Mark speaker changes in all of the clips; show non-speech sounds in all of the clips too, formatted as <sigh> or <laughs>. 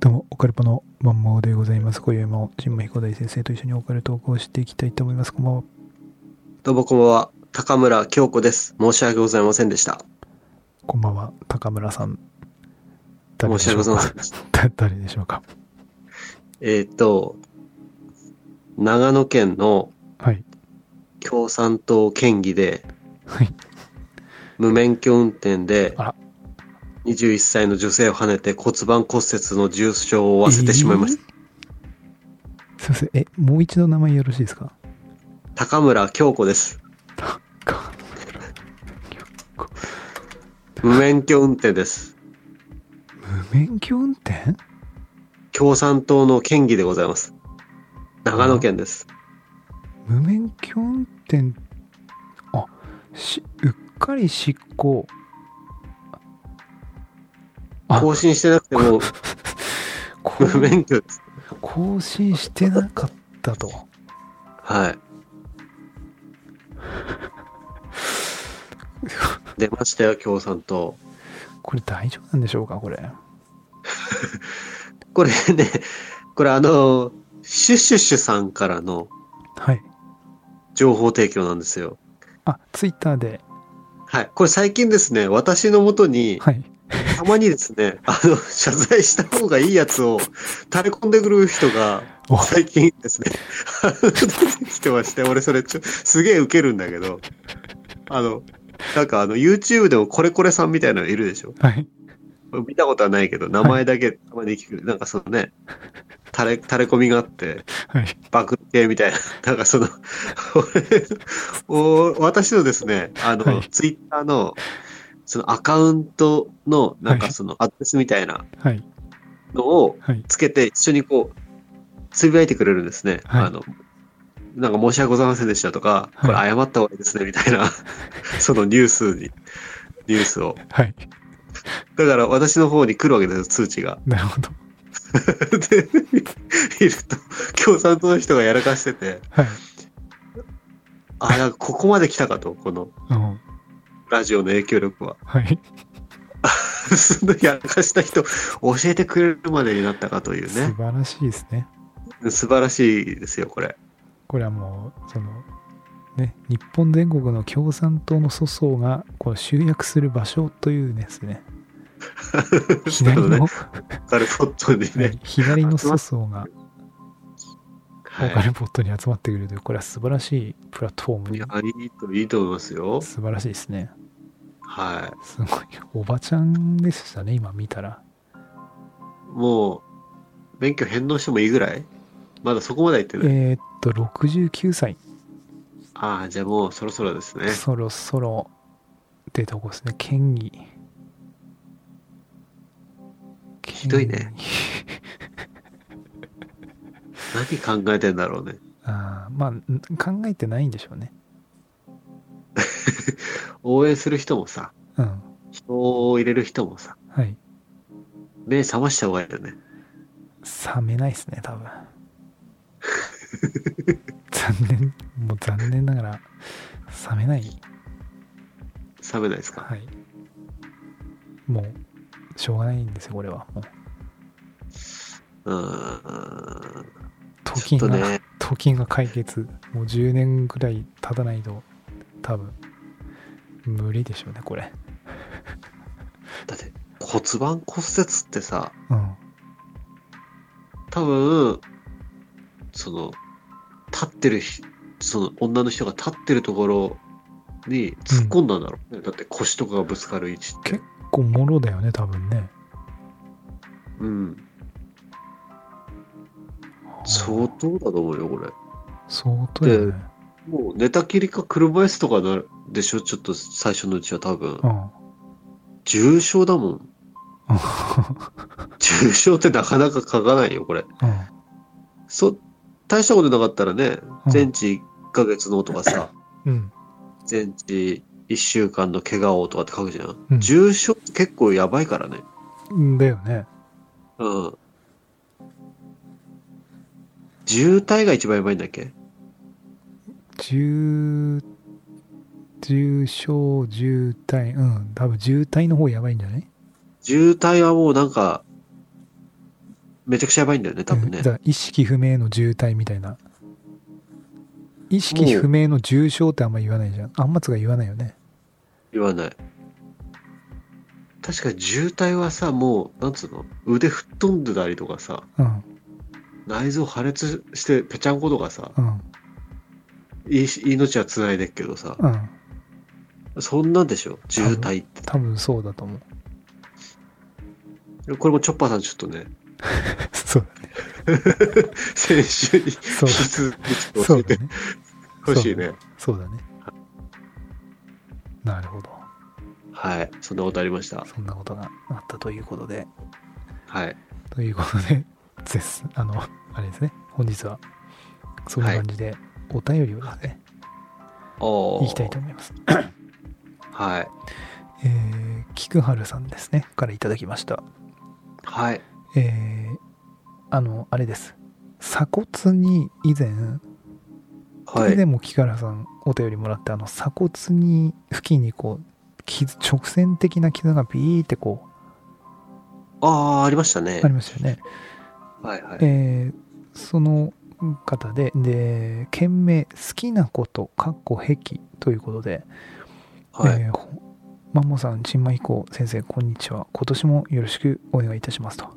Speaker 1: どうも、オカルポのマンモーでございます。今宵も、神馬彦大先生と一緒にオカル投稿していきたいと思います。こんばんは。
Speaker 2: どうもこんばんは。高村京子です。申し訳ございませんでした。
Speaker 1: こんばんは、高村さん。
Speaker 2: 申
Speaker 1: で
Speaker 2: し
Speaker 1: し
Speaker 2: 訳
Speaker 1: ょ
Speaker 2: ご
Speaker 1: う
Speaker 2: ざいま
Speaker 1: か
Speaker 2: せんでした。
Speaker 1: だ <laughs> 誰でしょうか
Speaker 2: えーっと、長野県の
Speaker 1: はい。
Speaker 2: 共産党県議で、
Speaker 1: はい。
Speaker 2: 無免許運転で
Speaker 1: あら、
Speaker 2: 21歳の女性をはねて骨盤骨折の重傷を負わせてしまいました。
Speaker 1: すいません。え、もう一度名前よろしいですか
Speaker 2: 高村京子です。
Speaker 1: 高
Speaker 2: 無免許運転です。
Speaker 1: 無免許運転
Speaker 2: 共産党の県議でございます。長野県です。
Speaker 1: 無免許運転、あ、し、うっかり執行。あ
Speaker 2: 更新してなくても
Speaker 1: こ
Speaker 2: 無免許です。
Speaker 1: 更新してなかったと。 <laughs>
Speaker 2: はい。出ましたよ、共産党。
Speaker 1: これ大丈夫なんでしょうかこれ。
Speaker 2: これね、これあの、シュッシュッシュさんからの
Speaker 1: はい。
Speaker 2: 情報提供なんですよ。
Speaker 1: あ、ツイッターで。
Speaker 2: はい。これ最近ですね、私のもとに、
Speaker 1: はい。
Speaker 2: たまにですね、あの、謝罪した方がいいやつを垂れ込んでくる人が
Speaker 1: お、
Speaker 2: 最近ですね、あの出てきてまして、俺それちょ、すげえウケるんだけど、あの、なんかあの、YouTube でもこれこれさんみたいなのいるでしょ
Speaker 1: はい。
Speaker 2: 見たことはないけど、名前だけたまに聞く。なんかそのね、垂れ、垂れ込みがあって、
Speaker 1: はい。
Speaker 2: バクってみたいな、 <laughs> なんか
Speaker 1: <laughs>
Speaker 2: その、俺お私のですね、あの、
Speaker 1: はい
Speaker 2: ツイッターの、そのアカウントの、なんかその、アドレスみたいな
Speaker 1: はい。
Speaker 2: のを
Speaker 1: はい。
Speaker 2: つけて、一緒にこう、つぶやいてくれるんですね。
Speaker 1: はい
Speaker 2: あの、なんか申し訳ございませんでしたとか、これ
Speaker 1: は
Speaker 2: 謝った方がいいですね、みた
Speaker 1: <laughs>
Speaker 2: いな、そのニュースに、ニュースを。
Speaker 1: はい。
Speaker 2: だから私の方に来るわけですよ、通知が。
Speaker 1: なるほど。
Speaker 2: で、いると、共産党の人がやらかしてて、
Speaker 1: はい。
Speaker 2: あ、なんかここまで来たかと、この
Speaker 1: うん。
Speaker 2: ラジオの影響力は。
Speaker 1: はい。
Speaker 2: そのやらかした人、教えてくれるまでになったかという
Speaker 1: 素
Speaker 2: ね。
Speaker 1: 晴らしいですね。
Speaker 2: 素晴らしいですよ、これ。
Speaker 1: これはもう、その、ね、日本全国の共産党の訴訟がこう集約する場所というですね、左
Speaker 2: ね <laughs>
Speaker 1: の、、
Speaker 2: カルポットに
Speaker 1: は
Speaker 2: ね
Speaker 1: い。左の訴訟が
Speaker 2: <laughs> は
Speaker 1: ボーカ
Speaker 2: い。
Speaker 1: ルポットに集まってくるという、これは素晴らしいプラットフォームに
Speaker 2: いや、いいと、いいと思いますよ。
Speaker 1: 素晴らしいですね。
Speaker 2: は
Speaker 1: すごい。おばちゃんでしたね、今見たら。
Speaker 2: い。もう、免許返納してもいいぐらいまだそこまでは行ってない。
Speaker 1: えーっと、69歳。
Speaker 2: ああ、じゃあもうそろそろですね。
Speaker 1: そろそろ出てこですね。県議。
Speaker 2: ひどいね
Speaker 1: 県議。
Speaker 2: 何考えてんだろうね。
Speaker 1: あーまあ、ん考えてないんでしょうね。
Speaker 2: 応援する人もさ、
Speaker 1: うん。
Speaker 2: 人を入れる人もさ、
Speaker 1: はい。
Speaker 2: 目覚ました方がいいよね。
Speaker 1: 冷めないですね、多分。
Speaker 2: <laughs>
Speaker 1: 残念、もう残念ながら、冷めない。
Speaker 2: 冷めないですか
Speaker 1: はい。もう、しょうがないんですよ、これは。もう、
Speaker 2: うーん。
Speaker 1: 頭
Speaker 2: ち
Speaker 1: 金
Speaker 2: ょっと
Speaker 1: が、
Speaker 2: ね、
Speaker 1: 頭金が解決。もう10年くらい経たないと、多分、無理でしょうね、これ。
Speaker 2: だって骨盤骨折ってさ、
Speaker 1: うん。
Speaker 2: 多分、その、立ってるひ、その女の人が立ってるところに突っ込んだんだろうね。だって腰とかがぶつかる位置って。
Speaker 1: 結構もろだよね、多分ね。
Speaker 2: うん。相当だと思うよ、これ。
Speaker 1: 相当だよね。
Speaker 2: もう寝たきりか車椅子とかなるでしょちょっと最初のうちは多分
Speaker 1: う。ん。
Speaker 2: 重症だも
Speaker 1: <laughs>
Speaker 2: ん。重症ってなかなか書かないよ、これ。
Speaker 1: うん。
Speaker 2: そ、大したことなかったらね、
Speaker 1: うん
Speaker 2: 全治1ヶ月のとか
Speaker 1: <laughs>
Speaker 2: さ、
Speaker 1: うん。
Speaker 2: 全治1週間の怪我をとかって書くじゃん。
Speaker 1: うん
Speaker 2: 重症って結構やばいからね。
Speaker 1: だよね。
Speaker 2: うん。渋滞が一番やばいんだっけ
Speaker 1: 重、重症、重体、うん。多分、重体の方やばいんじゃない
Speaker 2: 渋滞はもうなんか、めちゃくちゃやばいんだよね、多分ね
Speaker 1: だ。から意識不明の重体みたいな意識不明の重症ってあんま言わないじゃんあんまつが言わないよね
Speaker 2: 言わない。確かに渋滞はさ、もう、なんつうの、腕吹っ飛んでたりとかさ、
Speaker 1: うん
Speaker 2: 内臓破裂してぺちゃんことかさ、
Speaker 1: うん
Speaker 2: い命は繋いでっけどさ、
Speaker 1: うん
Speaker 2: そんなんでしょ、渋滞って。
Speaker 1: 多分そうだと思う <laughs>
Speaker 2: これもチョッパーさんちょっとね、 <laughs>
Speaker 1: そう
Speaker 2: 先週に引き
Speaker 1: そう
Speaker 2: 続
Speaker 1: だ
Speaker 2: き
Speaker 1: そ
Speaker 2: 教
Speaker 1: う
Speaker 2: え
Speaker 1: だ
Speaker 2: て
Speaker 1: ね
Speaker 2: ほしいね。
Speaker 1: そうだねなるほど
Speaker 2: はい。そんなことありました。
Speaker 1: そんなことがあったということで
Speaker 2: はい。
Speaker 1: ということで <laughs> 絶あのあれですね本日はそんな感じでお便りをですね、
Speaker 2: お
Speaker 1: い、きたいと思います
Speaker 2: はい。
Speaker 1: えー、菊春さんですねからいただきました
Speaker 2: はい。
Speaker 1: えーあのあれです鎖骨に以前、
Speaker 2: は
Speaker 1: 以
Speaker 2: い。
Speaker 1: 前も木原さんお便りもらってあの鎖骨に付近にこう傷直線的な傷がビーってこ
Speaker 2: ああ、ありましたね
Speaker 1: うあ。りましたよね、
Speaker 2: はいはい。
Speaker 1: えーその方でで件名「好きなこと」かっこ「癖」ということで、
Speaker 2: はい。
Speaker 1: えーほマンモさん、チンマイコ先生、こんにちは。今年もよろしくお願いいたしますと。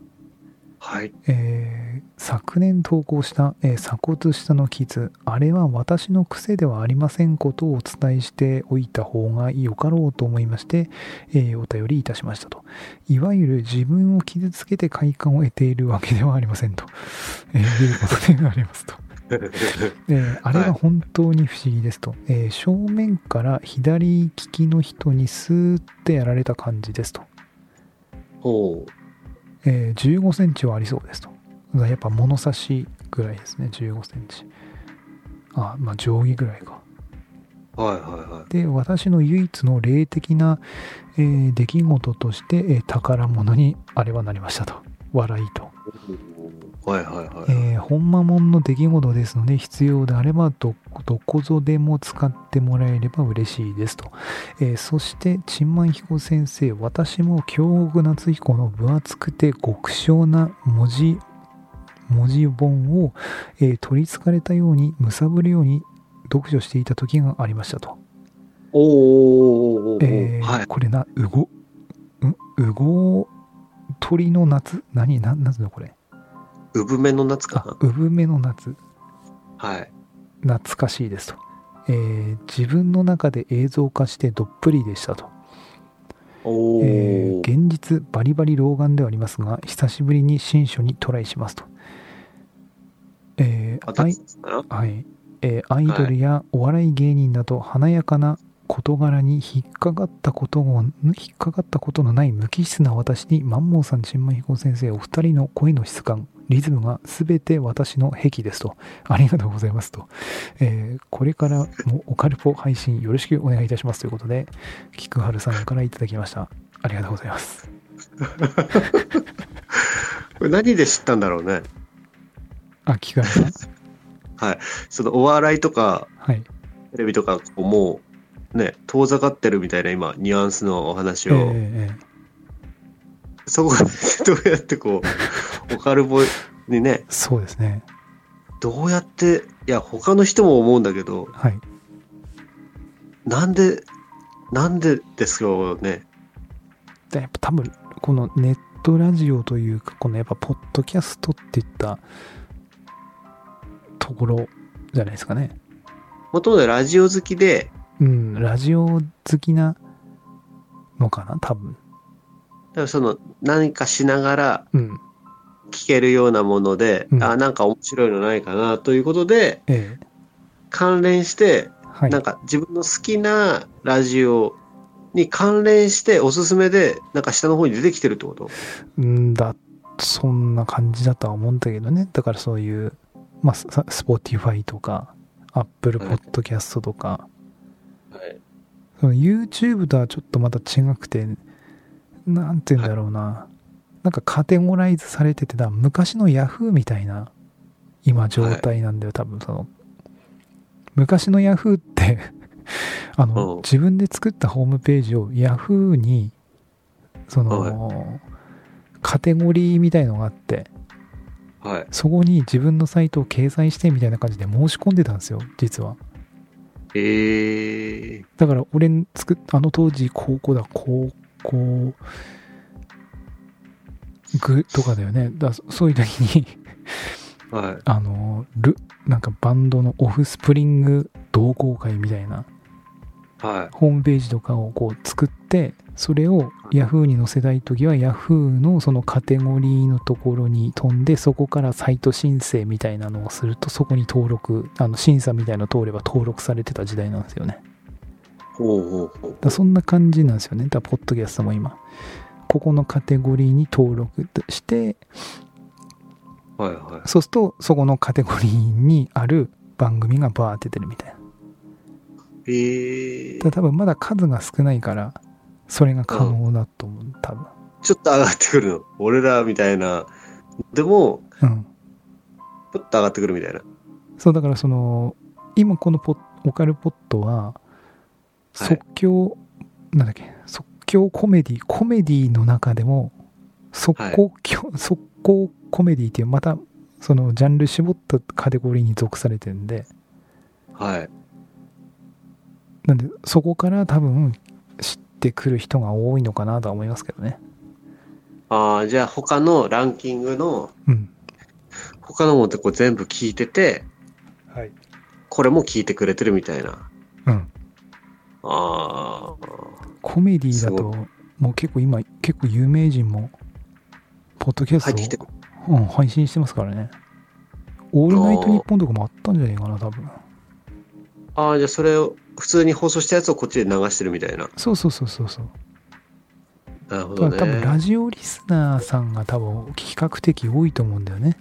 Speaker 2: はい。 <laughs>
Speaker 1: えー昨年投稿した、えー鎖骨下の傷あれは私の癖ではありませんことをお伝えしておいた方がよかろうと思いまして、えーお便りいたしましたといわゆる自分を傷つけて快感を得ているわけではありませんと、えーいうことでありますとえーあれは本当に不思議ですと、えー正面から左利きの人にスーッてやられた感じですと
Speaker 2: おう。
Speaker 1: え1 5センチはありそうですと。だからやっぱ物差しぐらいですね、1 5センチ。あ、まあ定規ぐらいか。
Speaker 2: はいはいはい。
Speaker 1: で、私の唯一の霊的な、えー出来事として、えー宝物にあれはなりましたと。笑いと。
Speaker 2: はいはいはい。
Speaker 1: えー、本間もんの出来事ですので必要であればどどこぞでも使ってもらえれば嬉しいですと、えーそしてチンマン彦先生私も京極夏彦の分厚くて極小な文字文字本を、えー取りつかれたようにむさぶるように読書していた時がありましたと、
Speaker 2: おーおーおーおー
Speaker 1: えー
Speaker 2: はい。
Speaker 1: これなうごんうご鳥の夏何ななんつうのこれ
Speaker 2: 産めの夏
Speaker 1: あ
Speaker 2: か
Speaker 1: 産めの夏
Speaker 2: な。はい。
Speaker 1: 懐かしいですと、えー自分の中で映像化してどっぷりでしたと、
Speaker 2: おお、
Speaker 1: えー現実バリバリ老眼ではありますが久しぶりに新書にトライしますと、えー
Speaker 2: あた
Speaker 1: ア
Speaker 2: り
Speaker 1: イ
Speaker 2: ですかな
Speaker 1: はいえーアイドルやお笑い芸人など華やかな事柄に引っかかったことを引っかかったことのない無機質な私にマンモーさん新米彦先生お二人の声の質感リズムが全て私の癖ですとありがとうございますと、えーこれからもオカルポ配信よろしくお願いいたしますということで菊春さんからいただきましたありがとうございます
Speaker 2: これ何で知ったんだろうね。
Speaker 1: あ菊春さん
Speaker 2: そのお笑いとか
Speaker 1: はい
Speaker 2: テレビとかこうもうね、遠ざかってるみたいな今、ニュアンスのお話
Speaker 1: え
Speaker 2: を、
Speaker 1: ーえー
Speaker 2: そこから <laughs> どうやってこう、オカルボにね、
Speaker 1: そうですね
Speaker 2: どうやって、いや、他の人も思うんだけど、
Speaker 1: はい
Speaker 2: なんで、なんでですよね。
Speaker 1: でやっぱ多分このネットラジオというかこのやっぱポッドキャストっていったところじゃないですかね
Speaker 2: もともとラジオ好きで、
Speaker 1: うんラジオ好きなのかな多分
Speaker 2: だからその何かしながら
Speaker 1: うん
Speaker 2: 聞けるようなもので、
Speaker 1: うん
Speaker 2: あなんか面白いのないかなということで、
Speaker 1: ええ
Speaker 2: 関連して、
Speaker 1: はい
Speaker 2: なんか自分の好きなラジオに関連しておすすめで、なんか下の方に出てきてるってこと
Speaker 1: うんだそんな感じだとは思うんだけどねだからそういうまあススポティファイとかアップルポッドキャストとか、
Speaker 2: はい。
Speaker 1: その YouTube とはちょっとまた違くて、なんて言うんだろうな。なんかカテゴライズされてて、だから昔の Yahoo みたいな今状態なんだよ、多分その。昔の Yahoo って、 <laughs> あの、
Speaker 2: うん
Speaker 1: 自分で作ったホームページを Yahoo に、その、カテゴリーみたいのがあって、
Speaker 2: はい。
Speaker 1: そこに自分のサイトを掲載してみたいな感じで申し込んでたんですよ、実は。
Speaker 2: ええ
Speaker 1: だから俺つく、あの当時高校だ、高校ぐとかだよね。だからそそういう時に、 <laughs>
Speaker 2: はい。
Speaker 1: あの、ル、なんかバンドのオフスプリング同好会みたいな
Speaker 2: は
Speaker 1: ホームページとかをこう作って、それを Yahoo に載せたい時は Yahoo のそのカテゴリーのところに飛んで、そこからサイト申請みたいなのをすると、そこに登録、あの審査みたいなの通れば登録されてた時代なんですよね。
Speaker 2: い。ほうほうほう
Speaker 1: だか。らそんな感じなんですよね。だからポッドキャストも今。ここのカテゴリーに登録して、
Speaker 2: はいは
Speaker 1: そうすると、そこのカテゴリーにある番組がバーって出るみたいな。
Speaker 2: い。ええ
Speaker 1: ただ多分まだ数が少ないから、それが可能だと思う、多分。
Speaker 2: ちょっと上がってくるの。俺らみたいな。でも、
Speaker 1: うん。
Speaker 2: ちょっと上がってくるみたいな。
Speaker 1: そう、だからその、今このポッオカルポットは、
Speaker 2: はい
Speaker 1: 即興、なんだっけ、即興コメディ、コメディの中でも、即興、即興コメディっていう、また、そのジャンル絞ったカテゴリーに属されてるんで、
Speaker 2: はい。
Speaker 1: なんで、そこから多分知ってくる人が多いのかなとは思いますけどね。
Speaker 2: ああ、じゃあ他のランキングの、
Speaker 1: うん。
Speaker 2: 他のもってこう全部聞いてて、
Speaker 1: はい。
Speaker 2: これも聞いてくれてるみたいな。
Speaker 1: うん。
Speaker 2: あ
Speaker 1: コメディだ
Speaker 2: す
Speaker 1: と
Speaker 2: ご、
Speaker 1: もう結構今、結構有名人も、ポッドキャ
Speaker 2: あ、入って
Speaker 1: ス
Speaker 2: きて
Speaker 1: ト
Speaker 2: る。
Speaker 1: を、うん、配信してますからね。オールナイトニッポンとかもあったんじゃないかな、多分。
Speaker 2: ああ、じゃあそれを、普通に放送したやつをこっちで流してるみたいな。
Speaker 1: そうそうそうそうそう。
Speaker 2: なるほど
Speaker 1: だか
Speaker 2: ね。
Speaker 1: ら多分ラジオリスナーさんが多分比較的多いと思うんだよね。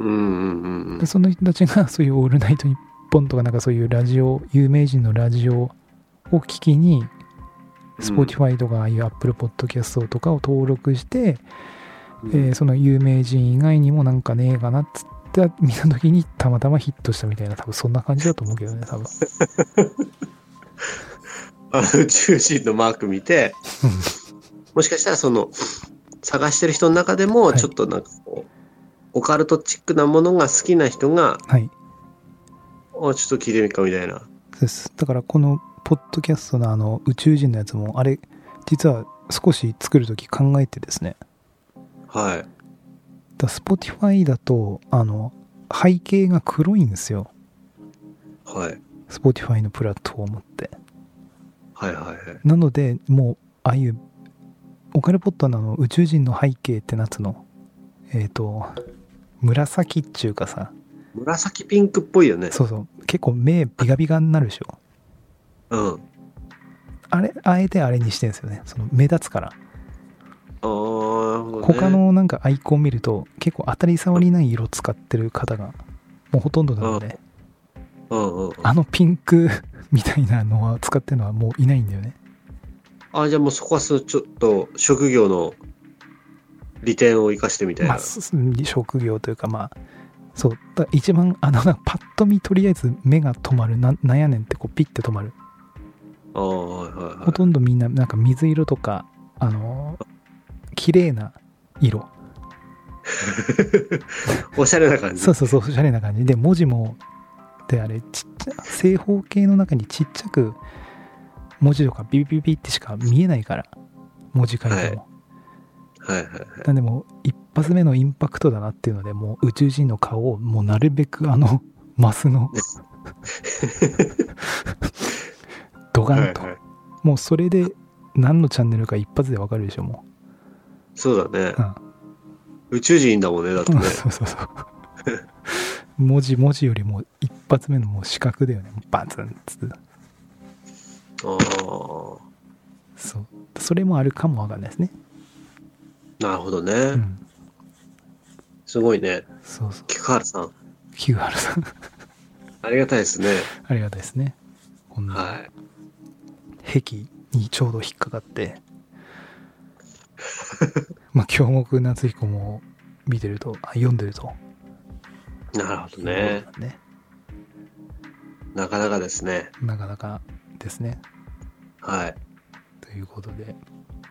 Speaker 2: うんうんうんう
Speaker 1: で
Speaker 2: ん。
Speaker 1: その人たちがそういうオールナイトニッポンとかなんかそういうラジオ、有名人のラジオを聞きに、Spotify とかああいう Apple Podcast とかを登録して、
Speaker 2: うん
Speaker 1: えーその有名人以外にもなんかねえかなっつって見た時にたまたまヒットしたみたいな多分そんな感じだと思うけどね多
Speaker 2: <laughs>
Speaker 1: 分
Speaker 2: あの宇宙人のマーク見て、もしかしたらその、探してる人の中でも、
Speaker 1: はい
Speaker 2: ちょっとなんかこう、オカルトチックなものが好きな人が、
Speaker 1: はい
Speaker 2: おちょっと聞いてみるかみたいな。
Speaker 1: そうですだからこのポッドキャストのあの宇宙人のやつもあれ実は少し作る時考えてですね
Speaker 2: はい。
Speaker 1: だ Spotify だとあの背景が黒いんですよ
Speaker 2: はい。
Speaker 1: Spotify のプラットフォームって
Speaker 2: はいはいはい。
Speaker 1: なのでもうああいうオカルポットのあの宇宙人の背景って夏のえっ、と紫っちゅうかさ
Speaker 2: 紫ピンクっぽいよね。
Speaker 1: そうそう結構目ビガビガになるでしょ
Speaker 2: うん。
Speaker 1: あれあえてあれにしてんですよねその目立つから
Speaker 2: ああ、なるほどね。
Speaker 1: 他のなんかアイコン見ると結構当たり障りない色使ってる方がもうほとんどなので
Speaker 2: うんうんうん。
Speaker 1: あのピンク <laughs> みたいなのは使ってるのはもういないんだよね
Speaker 2: あ、じゃあもうそこはそのちょっと職業の利点を生かしてみたい
Speaker 1: まあ。
Speaker 2: な
Speaker 1: す職業というかまあそうだ一番あのなパッと見とりあえず目が止まるななんやねんってこうピッて止まる
Speaker 2: ああ、はいはい
Speaker 1: ほ
Speaker 2: は
Speaker 1: とんどみんななんか水色とかあの綺麗な色
Speaker 2: い。おしゃれな感じ。
Speaker 1: そうそうそう、おしゃれな感じで、文字も、で、あれ、ちっちゃ、正方形の中にちっちゃく、文字とかビビビビってしか見えないから、文字書いても。
Speaker 2: はいはいはいはい。
Speaker 1: なんでもう、一発目のインパクトだなっていうので、もう宇宙人の顔を、もうなるべくあの、 <laughs> マスの、ドガンと、
Speaker 2: はいはい
Speaker 1: もうそれで、何のチャンネルか一発でわかるでしょ、も
Speaker 2: そうだね
Speaker 1: う。う。ん
Speaker 2: 宇宙人だもんね、だって
Speaker 1: う
Speaker 2: ね
Speaker 1: ん。 <laughs> そうそうそう。文字文字よりも一発目のもう四角だよね。バツンっつって
Speaker 2: ああ、
Speaker 1: そう。それもあるかもわかんないですね。
Speaker 2: なるほどね。
Speaker 1: うん。
Speaker 2: すごいね。
Speaker 1: そうそう。
Speaker 2: 菊原さん、
Speaker 1: キューハルさん、 <laughs>
Speaker 2: ありがたいですね。
Speaker 1: ありがたいですね。こんな
Speaker 2: はい。
Speaker 1: 壁にちょうど引っかかって。 <laughs> まあ、京極夏彦も見てると、あ、読んでると。
Speaker 2: なるほどね。。
Speaker 1: ね。
Speaker 2: なかなかですね。
Speaker 1: なかなかですね。
Speaker 2: はい。
Speaker 1: ということで、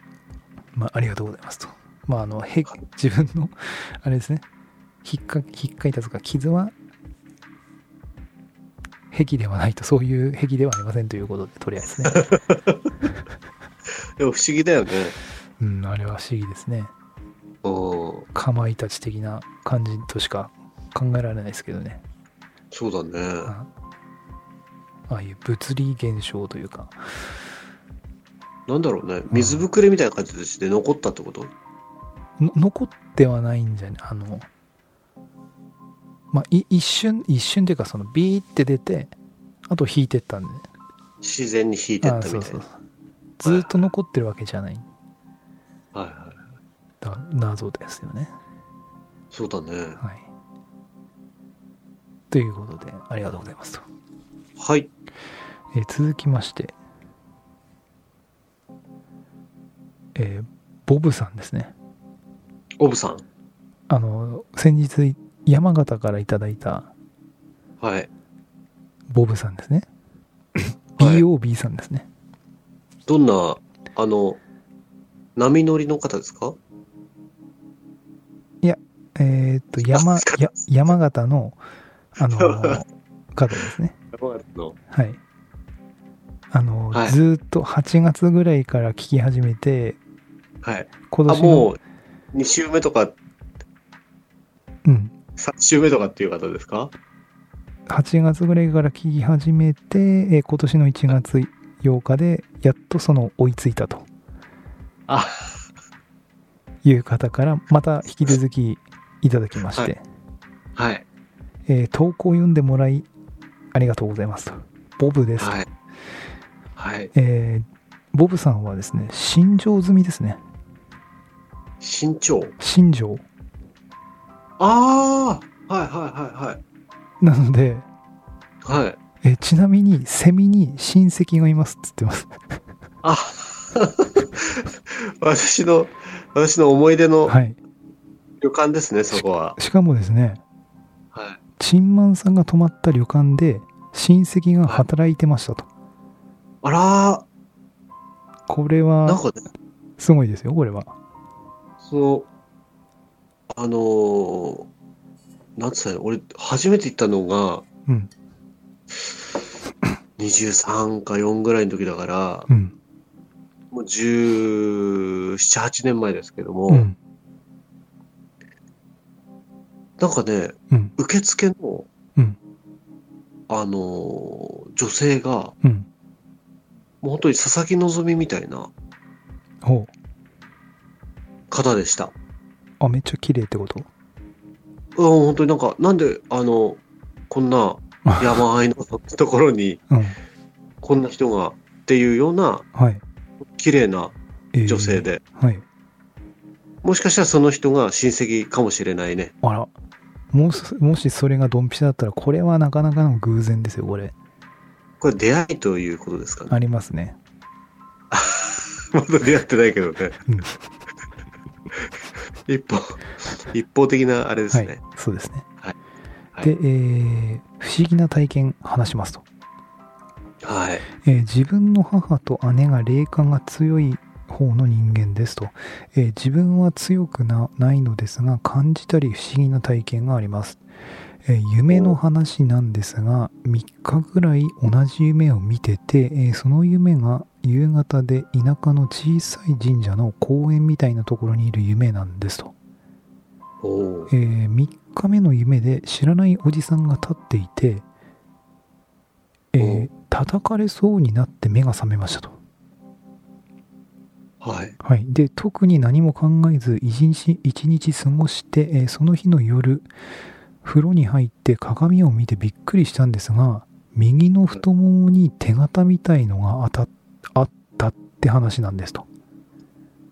Speaker 1: <laughs> まあ、ありがとうございますと。まあ、あの、へ自分の、あれですね、ひっか、ひっかいたとか、傷は、壁ではないと、そういう壁ではありませんということで、とりあえずね。
Speaker 2: でも不思議だよね。
Speaker 1: うん、あれは不思議ですね。
Speaker 2: うん。
Speaker 1: かまいたち的な感じとしか考えられないですけどね。
Speaker 2: そうだね。
Speaker 1: あああいう物理現象というか、
Speaker 2: なんだろうね。水ぶくれみたいな感じでして残ったってこと
Speaker 1: の残ってはないんじゃねあの、まあ、い一瞬、一瞬というか、そのビーって出て、あと引いてったんで。
Speaker 2: 自然に引いてっ
Speaker 1: あ
Speaker 2: た
Speaker 1: そ
Speaker 2: み
Speaker 1: う
Speaker 2: たい
Speaker 1: そう
Speaker 2: な。
Speaker 1: そう。ずーっと残ってるわけじゃない。
Speaker 2: はいはい。
Speaker 1: だ謎ですよね。
Speaker 2: そうだね。
Speaker 1: はい。ということで、ありがとうございますと。
Speaker 2: はい。
Speaker 1: えー続きまして、えーボブさんですね。
Speaker 2: オブさん。
Speaker 1: あの、先日、山形からいただいた
Speaker 2: はい。
Speaker 1: ボブさんです
Speaker 2: <laughs>
Speaker 1: ね。
Speaker 2: はい
Speaker 1: BOB さんですね。
Speaker 2: どんな、あの、波乗りの方ですか
Speaker 1: えーっと、
Speaker 2: <laughs>
Speaker 1: 山、や山形の、あのー方ですね。
Speaker 2: の。
Speaker 1: はい。あのー、
Speaker 2: はい
Speaker 1: ずーっと8月ぐらいから聞き始めて、
Speaker 2: はい。
Speaker 1: 今
Speaker 2: あ、
Speaker 1: 年の
Speaker 2: もう、2週目とか、
Speaker 1: うん、
Speaker 2: 3週目とかっていう方ですか
Speaker 1: 8月ぐらいから聞き始めて、えー今年の1月8日でやっとその追いついたと
Speaker 2: あ、
Speaker 1: いう方からまた引き続きいただきまして、
Speaker 2: ははい。
Speaker 1: えー投稿を読んでもらいありがとうございますとボブです、
Speaker 2: はい。はい。
Speaker 1: えーボブさんはですね新庄済みですね
Speaker 2: 身長。
Speaker 1: 新庄
Speaker 2: ああはいは
Speaker 1: なので、
Speaker 2: いはいはい。はい。
Speaker 1: えーちなみにセミに親戚がいますっつってます
Speaker 2: あ <laughs> 私の、私の思い出の
Speaker 1: はい
Speaker 2: 旅館ですね、そこは。
Speaker 1: しかもですね
Speaker 2: はい。
Speaker 1: チンマンさんが泊まった旅館で親戚が働いてましたと
Speaker 2: あら
Speaker 1: これ
Speaker 2: ー、な
Speaker 1: は
Speaker 2: んかね、
Speaker 1: すごいですよ、これは。
Speaker 2: その、あのー、なんつったの、俺、初めて行ったのが、
Speaker 1: うん。
Speaker 2: 23か4ぐらいの時だから、
Speaker 1: うん。
Speaker 2: もう17、8年前ですけども、
Speaker 1: うん。
Speaker 2: なんかね、
Speaker 1: うん
Speaker 2: 受付の、
Speaker 1: うん
Speaker 2: あのー女性が、
Speaker 1: うん。
Speaker 2: もう本当に佐々木希みたいな
Speaker 1: ほう。
Speaker 2: 方でした。
Speaker 1: あ、めっちゃ綺麗ってこと
Speaker 2: うん、本当になんか、なんで、あの、こんな山あいの <laughs> ところに、
Speaker 1: うん。
Speaker 2: こんな人がっていうような、
Speaker 1: はい。
Speaker 2: 綺麗な
Speaker 1: えー
Speaker 2: 女性。で、
Speaker 1: はい。
Speaker 2: もしかしたらその人が親戚かもしれないね。
Speaker 1: あら。もし、もしそれがドンピシャだったら、これはなかなかの偶然ですよ、これ。
Speaker 2: これ出会いということですかね。
Speaker 1: ありますね。
Speaker 2: まだ出会ってないけどね
Speaker 1: うん。
Speaker 2: <laughs> 一方、一方的なあれです
Speaker 1: は
Speaker 2: ね。
Speaker 1: い。そうですね。
Speaker 2: はいはい
Speaker 1: で、えー不思議な体験話しますと。
Speaker 2: はい。
Speaker 1: えー自分の母と姉が霊感が強い方の人間ですと、えー自分は強くなないのですが感じたり不思議な体験があります、えー夢の話なんですが3日ぐらい同じ夢を見てて、えーその夢が夕方で田舎の小さい神社の公園みたいなところにいる夢なんですと
Speaker 2: おお
Speaker 1: え。ー3日目の夢で知らないおじさんが立っていて、えー
Speaker 2: おう
Speaker 1: 叩かれそうになって目が覚めましたと、
Speaker 2: はい。
Speaker 1: はい、で特に何も考えず一日一日過ごして、えーその日の夜風呂に入って鏡を見てびっくりしたんですが右の太ももに手形みたいのが当たあったって話なんですと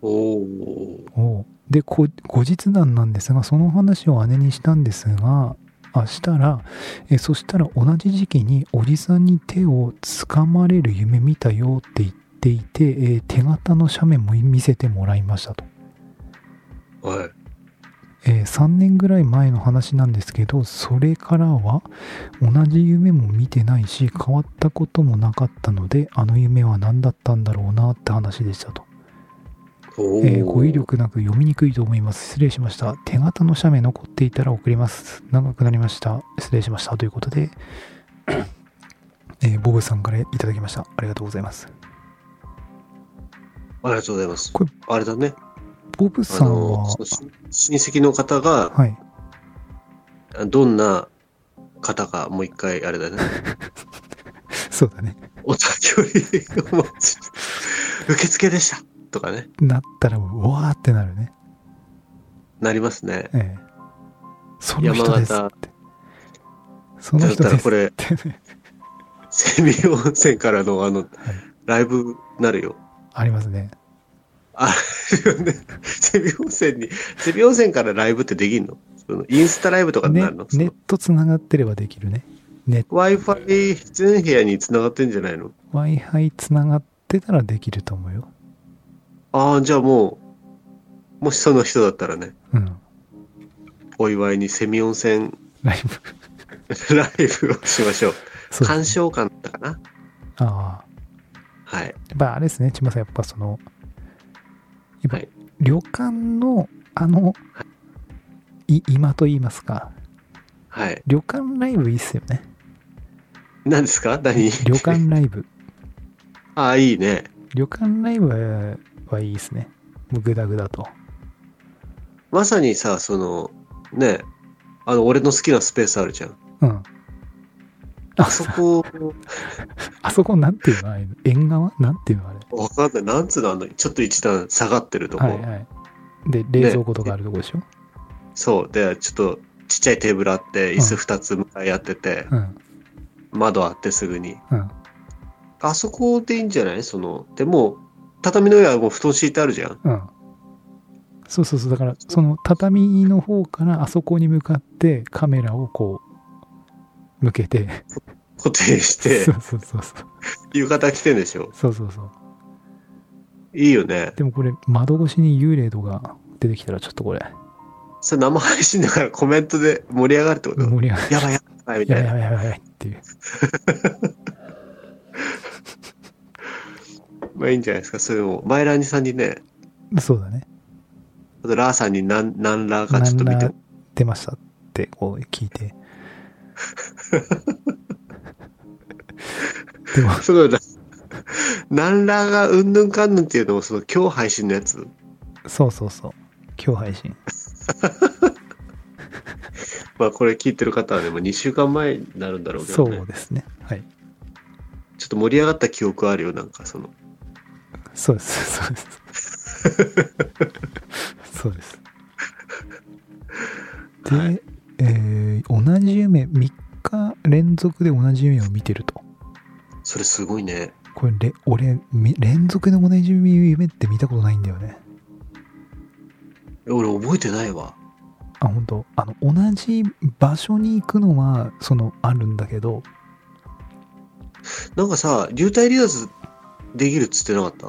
Speaker 2: おお。
Speaker 1: おうでこ後日談なんですがその話を姉にしたんですがあしたらえそしたら同じ時期におじさんに手をつかまれる夢見たよって言っていて、えー手形の斜面も見せてもらいましたと、
Speaker 2: はい。
Speaker 1: え3年ぐらい前の話なんですけどそれからは同じ夢も見てないし変わったこともなかったのであの夢は何だったんだろうなって話でしたと
Speaker 2: お
Speaker 1: えー語彙力なく読みにくいと思います。失礼しました。手形の写メ残っていたら送ります。長くなりました。失礼しました。ということで、えーボブさんからいただきました。ありがとうございます。
Speaker 2: ありがとうございます
Speaker 1: これ。
Speaker 2: あれだね。
Speaker 1: ボブ
Speaker 2: あ
Speaker 1: さん
Speaker 2: の、
Speaker 1: は、
Speaker 2: その親親戚の方が、
Speaker 1: はい。
Speaker 2: どんな方か、もう一回、あれだね。
Speaker 1: <laughs> そうだね。
Speaker 2: お立ち寄りをお待ちして受付でしたとかね、
Speaker 1: なったら、うわーってなるね。
Speaker 2: なりますね。
Speaker 1: ええその人ですって。その
Speaker 2: だっ
Speaker 1: 人
Speaker 2: た
Speaker 1: で
Speaker 2: ら
Speaker 1: す
Speaker 2: これ、
Speaker 1: ってね。
Speaker 2: セミ温泉からのあの、ライブなるよ。
Speaker 1: ありますね。
Speaker 2: あ <laughs> れよね。セミ温泉に、セミ温泉からライブってできんのそのインスタライブとかに
Speaker 1: ね
Speaker 2: な
Speaker 1: ネ
Speaker 2: るの、その
Speaker 1: ットつながってればできるね。ネット
Speaker 2: ?Wi-Fi 全部屋に繋がってんじゃないの
Speaker 1: Wi-Fi つながってたらできると思うよ。
Speaker 2: ああ、じゃあもう、もしその人だったらね、
Speaker 1: うん。
Speaker 2: お祝いにセミ温泉
Speaker 1: ライブ。
Speaker 2: ライブをしましょう。
Speaker 1: そう
Speaker 2: 鑑賞感だったかな
Speaker 1: ああ。
Speaker 2: はい。
Speaker 1: やっぱあれですね、千葉さん、やっぱその、やっぱ
Speaker 2: はい
Speaker 1: 旅館の、あの、い今と言いますか、
Speaker 2: はい。
Speaker 1: 旅館ライブいいっすよね。
Speaker 2: 何ですか何
Speaker 1: 旅館ライブ。
Speaker 2: <laughs> ああ、いいね。
Speaker 1: 旅館ライブははいいっすね。もうグダグダと。
Speaker 2: まさにさ、その、ね、あの、俺の好きなスペースあ
Speaker 1: <laughs>
Speaker 2: るじゃん。
Speaker 1: うん。
Speaker 2: あそこ、
Speaker 1: あそこなんていうのああいうの縁側なんていうのあれ。
Speaker 2: わかんない。なんつうのあの、ちょっと一段下がってるとこ。
Speaker 1: はいはい。で、冷蔵庫とかあるとこでしょ、
Speaker 2: そう。で、ちょっと、ちっちゃいテーブルあって、椅子二つ向かい合ってて、
Speaker 1: うん。
Speaker 2: 窓あってすぐに。
Speaker 1: うん。
Speaker 2: あそこでいいんじゃないその、でもう、畳の上はもう布団敷いてあるじゃん。
Speaker 1: うん。そうそうそう。だから、その畳の方からあそこに向かってカメラをこう、向けて。
Speaker 2: 固定し
Speaker 1: <laughs>
Speaker 2: て
Speaker 1: そ、うそうそうそう。
Speaker 2: 浴衣着てんでしょ。
Speaker 1: そうそうそう。
Speaker 2: いいよね。
Speaker 1: でもこれ、窓越しに幽霊とか出てきたらちょっとこれ、
Speaker 2: それ生配信だからコメントで盛り上がるってこと、
Speaker 1: 盛り上がる。
Speaker 2: やばいやばいみ
Speaker 1: やば
Speaker 2: たい
Speaker 1: い
Speaker 2: な
Speaker 1: や。ばいやばいやばいっていう。
Speaker 2: まあいいんじゃないですか。それも、マイラニさんにね、
Speaker 1: そうだね。
Speaker 2: あとラーさんに何、何ラーかちょっと見て
Speaker 1: ラ
Speaker 2: も。
Speaker 1: 出ましたってこう聞いて。でも、
Speaker 2: そのラ、何ラーがうんぬんかんぬんっていうのも、その今日配信のやつ。
Speaker 1: そうそうそう。今日配信。
Speaker 2: まあこれ聞いてる方はね、もう2週間前になるんだろうけ
Speaker 1: そ
Speaker 2: ど、ね、
Speaker 1: うですね。はい。
Speaker 2: ちょっと盛り上がった記憶あるよ、なんかその。
Speaker 1: そうです。そうです。そうです。で、
Speaker 2: はい
Speaker 1: えー同じ夢、3日連続で同じ夢を見てると。
Speaker 2: それすごいね。
Speaker 1: これれ、俺、み連続で同じ夢って見たことないんだよね。
Speaker 2: 俺覚えてないわ。
Speaker 1: あ、本当あの、同じ場所に行くのは、その、あるんだけど、
Speaker 2: なんかさ、流体離脱できるっつってなかった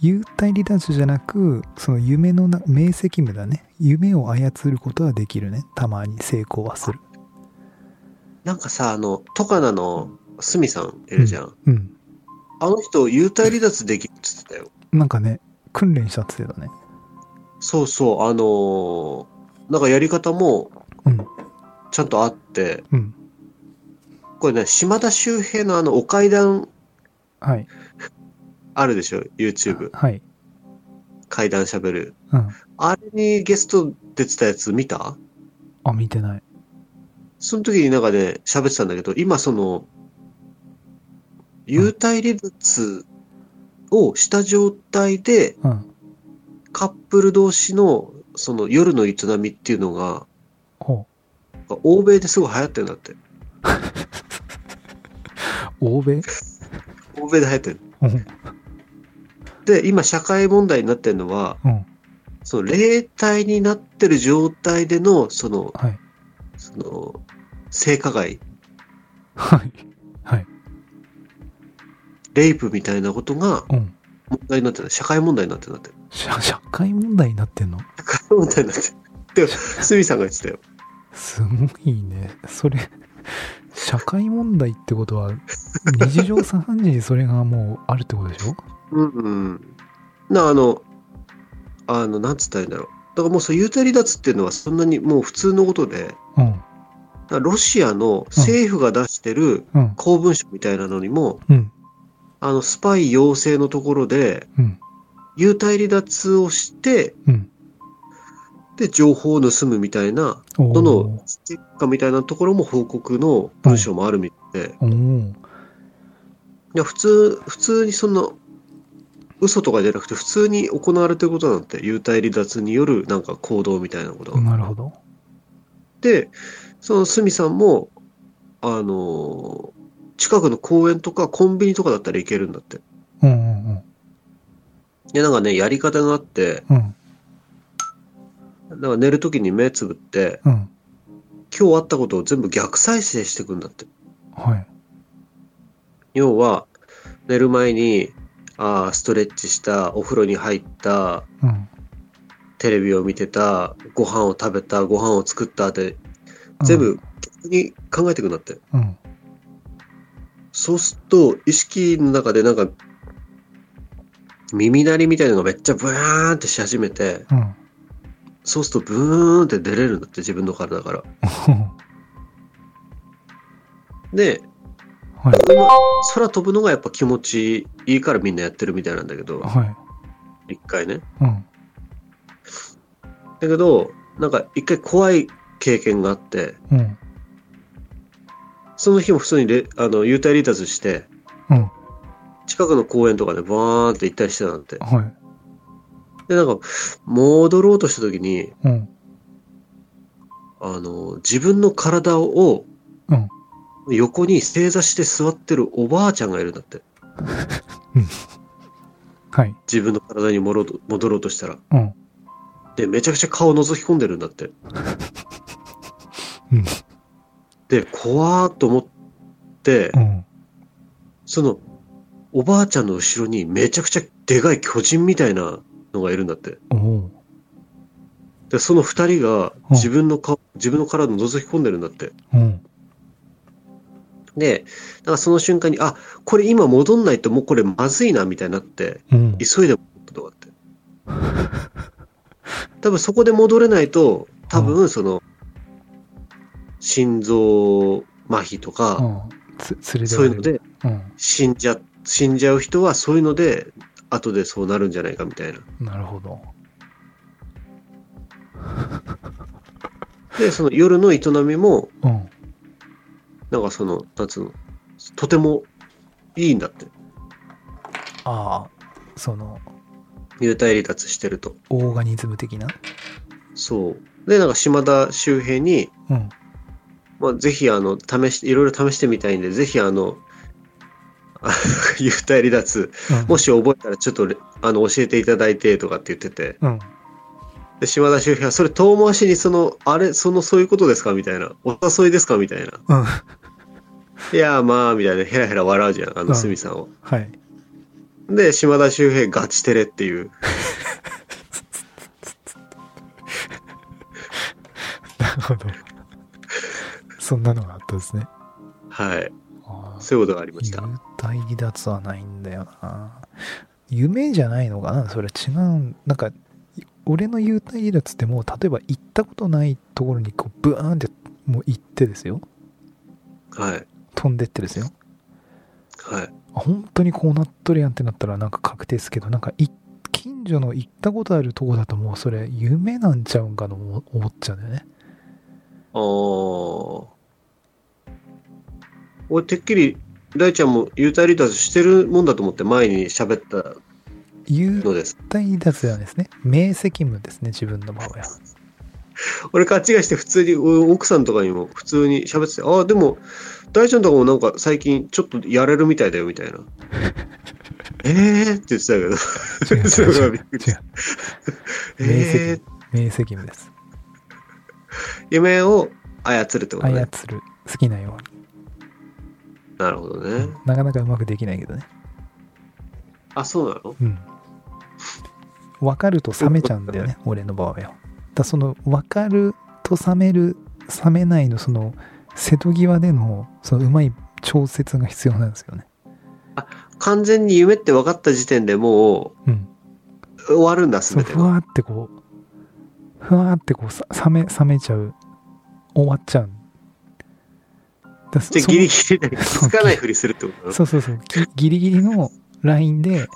Speaker 1: 幽体離脱じゃなく、その夢のな、明晰夢だね。夢を操ることはできるね。たまに成功はする。
Speaker 2: なんかさ、あの、トカナのスミさんいるじゃん。
Speaker 1: うん。
Speaker 2: あの人、流体離脱できるっつってたよ。
Speaker 1: なんかね、訓練したって言ってたね。
Speaker 2: そうそう、あのーなんかやり方も
Speaker 1: うん、
Speaker 2: ちゃんとあって、
Speaker 1: うん。
Speaker 2: これね、島田周平のあの、お階段
Speaker 1: はい。
Speaker 2: あるでしょ ?YouTube。
Speaker 1: はい。
Speaker 2: 階段喋る。
Speaker 1: うん。
Speaker 2: あれにゲスト出てたやつ見た
Speaker 1: あ、見てない。
Speaker 2: その時になんかね、喋ってたんだけど、今その、幽体離脱をした状態で、
Speaker 1: うん。
Speaker 2: カップル同士の、その夜の営みっていうのが、
Speaker 1: ほ
Speaker 2: 欧米ですごい流行ってるんだって。
Speaker 1: う。欧米
Speaker 2: 欧米で流行ってる。
Speaker 1: うん。
Speaker 2: で、今社会問題になってるのは、
Speaker 1: うん。
Speaker 2: その霊体になってる状態での、その、
Speaker 1: はい。
Speaker 2: その、性加害、
Speaker 1: はい。はい。
Speaker 2: レイプみたいなことが
Speaker 1: うん。
Speaker 2: 問題になってる。社会問題になってるんだって。
Speaker 1: 社社会問題になってんの
Speaker 2: 社会問題になってる。でも、スミさんが言ってたよ。
Speaker 1: すごいね。それ、社会問題ってことは、日常茶飯事にそれがもうあるってことでしょ
Speaker 2: うん、うん。な、あの、あの、なんつったらいいんだろう。だからもうそう、幽体離脱っていうのはそんなにもう普通のことで、だ
Speaker 1: うん、
Speaker 2: からロシアの政府が出してる
Speaker 1: うん、
Speaker 2: 公文書みたいなのにも、
Speaker 1: うん、
Speaker 2: あの、スパイ養成のところで、
Speaker 1: うん、
Speaker 2: 幽体離脱をして、
Speaker 1: うん。
Speaker 2: で、情報を盗むみたいな、
Speaker 1: おー
Speaker 2: どの結果みたいなところも報告の文章もあるみたいで、
Speaker 1: おー
Speaker 2: いや、普通、普通にそんな、嘘とかじゃなくて、普通に行われてることなんて、幽体離脱によるなんか行動みたいなことが。
Speaker 1: なるほど。
Speaker 2: で、その鷲見さんも、あのー近くの公園とかコンビニとかだったら行けるんだって。
Speaker 1: うん、うん、
Speaker 2: で、なんかね、やり方があって、
Speaker 1: うん、うん、
Speaker 2: なんか寝るときに目つぶって、
Speaker 1: うん。
Speaker 2: 今日あったことを全部逆再生していくんだって。
Speaker 1: はい。
Speaker 2: 要は、寝る前に、ああ、ストレッチした、お風呂に入った、
Speaker 1: うん、
Speaker 2: テレビを見てた、ご飯を食べた、ご飯を作ったって、全部逆に考えていくんだって。
Speaker 1: うん。うん、
Speaker 2: そうすると、意識の中でなんか、耳鳴りみたいなのがめっちゃブーンってし始めて、
Speaker 1: うん。
Speaker 2: そうするとブーンって出れるんだって、自分の体から。で、
Speaker 1: はい、
Speaker 2: 今空飛ぶのがやっぱ気持ちいいからみんなやってるみたいなんだけど、
Speaker 1: はい。
Speaker 2: 一回ね。
Speaker 1: うん、
Speaker 2: だけど、なんか一回怖い経験があって、
Speaker 1: うん、
Speaker 2: その日も普通にレあの幽体離脱して、
Speaker 1: うん。
Speaker 2: 近くの公園とかでバーンって行ったりしてたなんて。
Speaker 1: はい。
Speaker 2: で、なんか、戻ろうとした時に、
Speaker 1: うん、
Speaker 2: あの、自分の体を、
Speaker 1: うん
Speaker 2: 横に正座して座ってるおばあちゃんがいるんだって。
Speaker 1: はい。
Speaker 2: 自分の体に戻ろうと戻ろうとしたら。
Speaker 1: うん、
Speaker 2: で、めちゃくちゃ顔を覗き込んでるんだって。
Speaker 1: うん
Speaker 2: で、怖ーっと思って、
Speaker 1: うん。
Speaker 2: その、おばあちゃんの後ろにめちゃくちゃでかい巨人みたいなのがいるんだって。
Speaker 1: おおー
Speaker 2: で、その二人が
Speaker 1: うん
Speaker 2: 自分の顔、自分の体を覗き込んでるんだって。
Speaker 1: うん、
Speaker 2: で、だからその瞬間に、あ、これ今戻んないともうこれまずいな、みたいになって、
Speaker 1: うん。
Speaker 2: 急いで戻ったとかって。多分そこで戻れないと、多分その、心臓麻痺と
Speaker 1: う
Speaker 2: か、
Speaker 1: ん。つ、連れて
Speaker 2: そういうので、
Speaker 1: うん。
Speaker 2: 死んじゃ、死んじゃう人はそういうので、後でそうなるんじゃないかみたいな。
Speaker 1: なるほど。
Speaker 2: で、その夜の営みも、
Speaker 1: うん。
Speaker 2: なんかその、なんつうの、とてもいいんだって。
Speaker 1: ああ、その、
Speaker 2: 幽体離脱してると。
Speaker 1: オーガニズム的な。
Speaker 2: そう。で、なんか島田周平に、
Speaker 1: うん。
Speaker 2: まあ、ぜひ、あの、試して、いろいろ試してみたいんで、ぜひ、あの、あ <laughs> 幽体離脱、もし覚えたらちょっとれ、あの、教えていただいて、とかって言ってて、
Speaker 1: うん。 <laughs>
Speaker 2: で島田周平は、それ遠回しに、その、あれ、その、そういうことですかみたいな、お誘いですかみたいな。
Speaker 1: うん。
Speaker 2: いやー、まあ、みたいな、ヘラヘラ笑うじゃん、あ
Speaker 1: う
Speaker 2: の、
Speaker 1: ん
Speaker 2: 鷲見さんを。
Speaker 1: はい。
Speaker 2: で、島田周平、ガチテレっていう。
Speaker 1: なるほど。 <laughs> そんなのがあったんですね。
Speaker 2: はい。
Speaker 1: ああ。
Speaker 2: そういうことがありまし
Speaker 1: 幽
Speaker 2: た。
Speaker 1: 体離脱はないんだよな。夢じゃないのかなそれ違う。なんか、俺の幽体離脱ってもう、例えば行ったことないところにこう、ブーンってもう行ってですよ。
Speaker 2: はい。
Speaker 1: 飛んでってですよ。
Speaker 2: はい。
Speaker 1: あ本当にこうなっとるやんってなったらなんか確定ですけどなんかい近所の行ったことあるとこだともうそれ夢なんちゃうんかと思思っちゃうんだよね
Speaker 2: あー。俺、てっきり、大ちゃんも幽体離脱してるもんだと思って前に喋ったの
Speaker 1: 幽
Speaker 2: です。
Speaker 1: 体離脱なんですね明晰夢ですね自分の母親
Speaker 2: 俺勘違いして普通にうん奥さんとかにも普通に喋ってて、ああ、でも大ちゃんとかもなんか最近ちょっとやれるみたいだよみた
Speaker 1: <laughs>
Speaker 2: いな。えーって言ってたけど、
Speaker 1: 違う
Speaker 2: <laughs> それがびっくりした。
Speaker 1: 明晰
Speaker 2: えー
Speaker 1: 夢、明晰夢です
Speaker 2: 夢を操るってこと
Speaker 1: 操
Speaker 2: ね。
Speaker 1: る好きなよう
Speaker 2: なるほど
Speaker 1: に
Speaker 2: ね。
Speaker 1: なかなかうまくできないけどね
Speaker 2: あ、そうなの
Speaker 1: うん分かると冷めちゃうんだよね俺の場合はだからその分かると冷める冷めないのその瀬戸際でのそのうまい調節が必要なんですよね
Speaker 2: 完全に夢って分かった時点でも
Speaker 1: うん
Speaker 2: う、終わるんだ、
Speaker 1: そ
Speaker 2: す
Speaker 1: う
Speaker 2: べて
Speaker 1: ふ
Speaker 2: が。
Speaker 1: わーってこうふわーってこうさ冷め冷めちゃう終わっちゃうだそ
Speaker 2: じゃ
Speaker 1: <laughs>
Speaker 2: あ
Speaker 1: そ
Speaker 2: ギリギリで気づかないふりするってことなの
Speaker 1: そうそうそうぎギリギリのラインで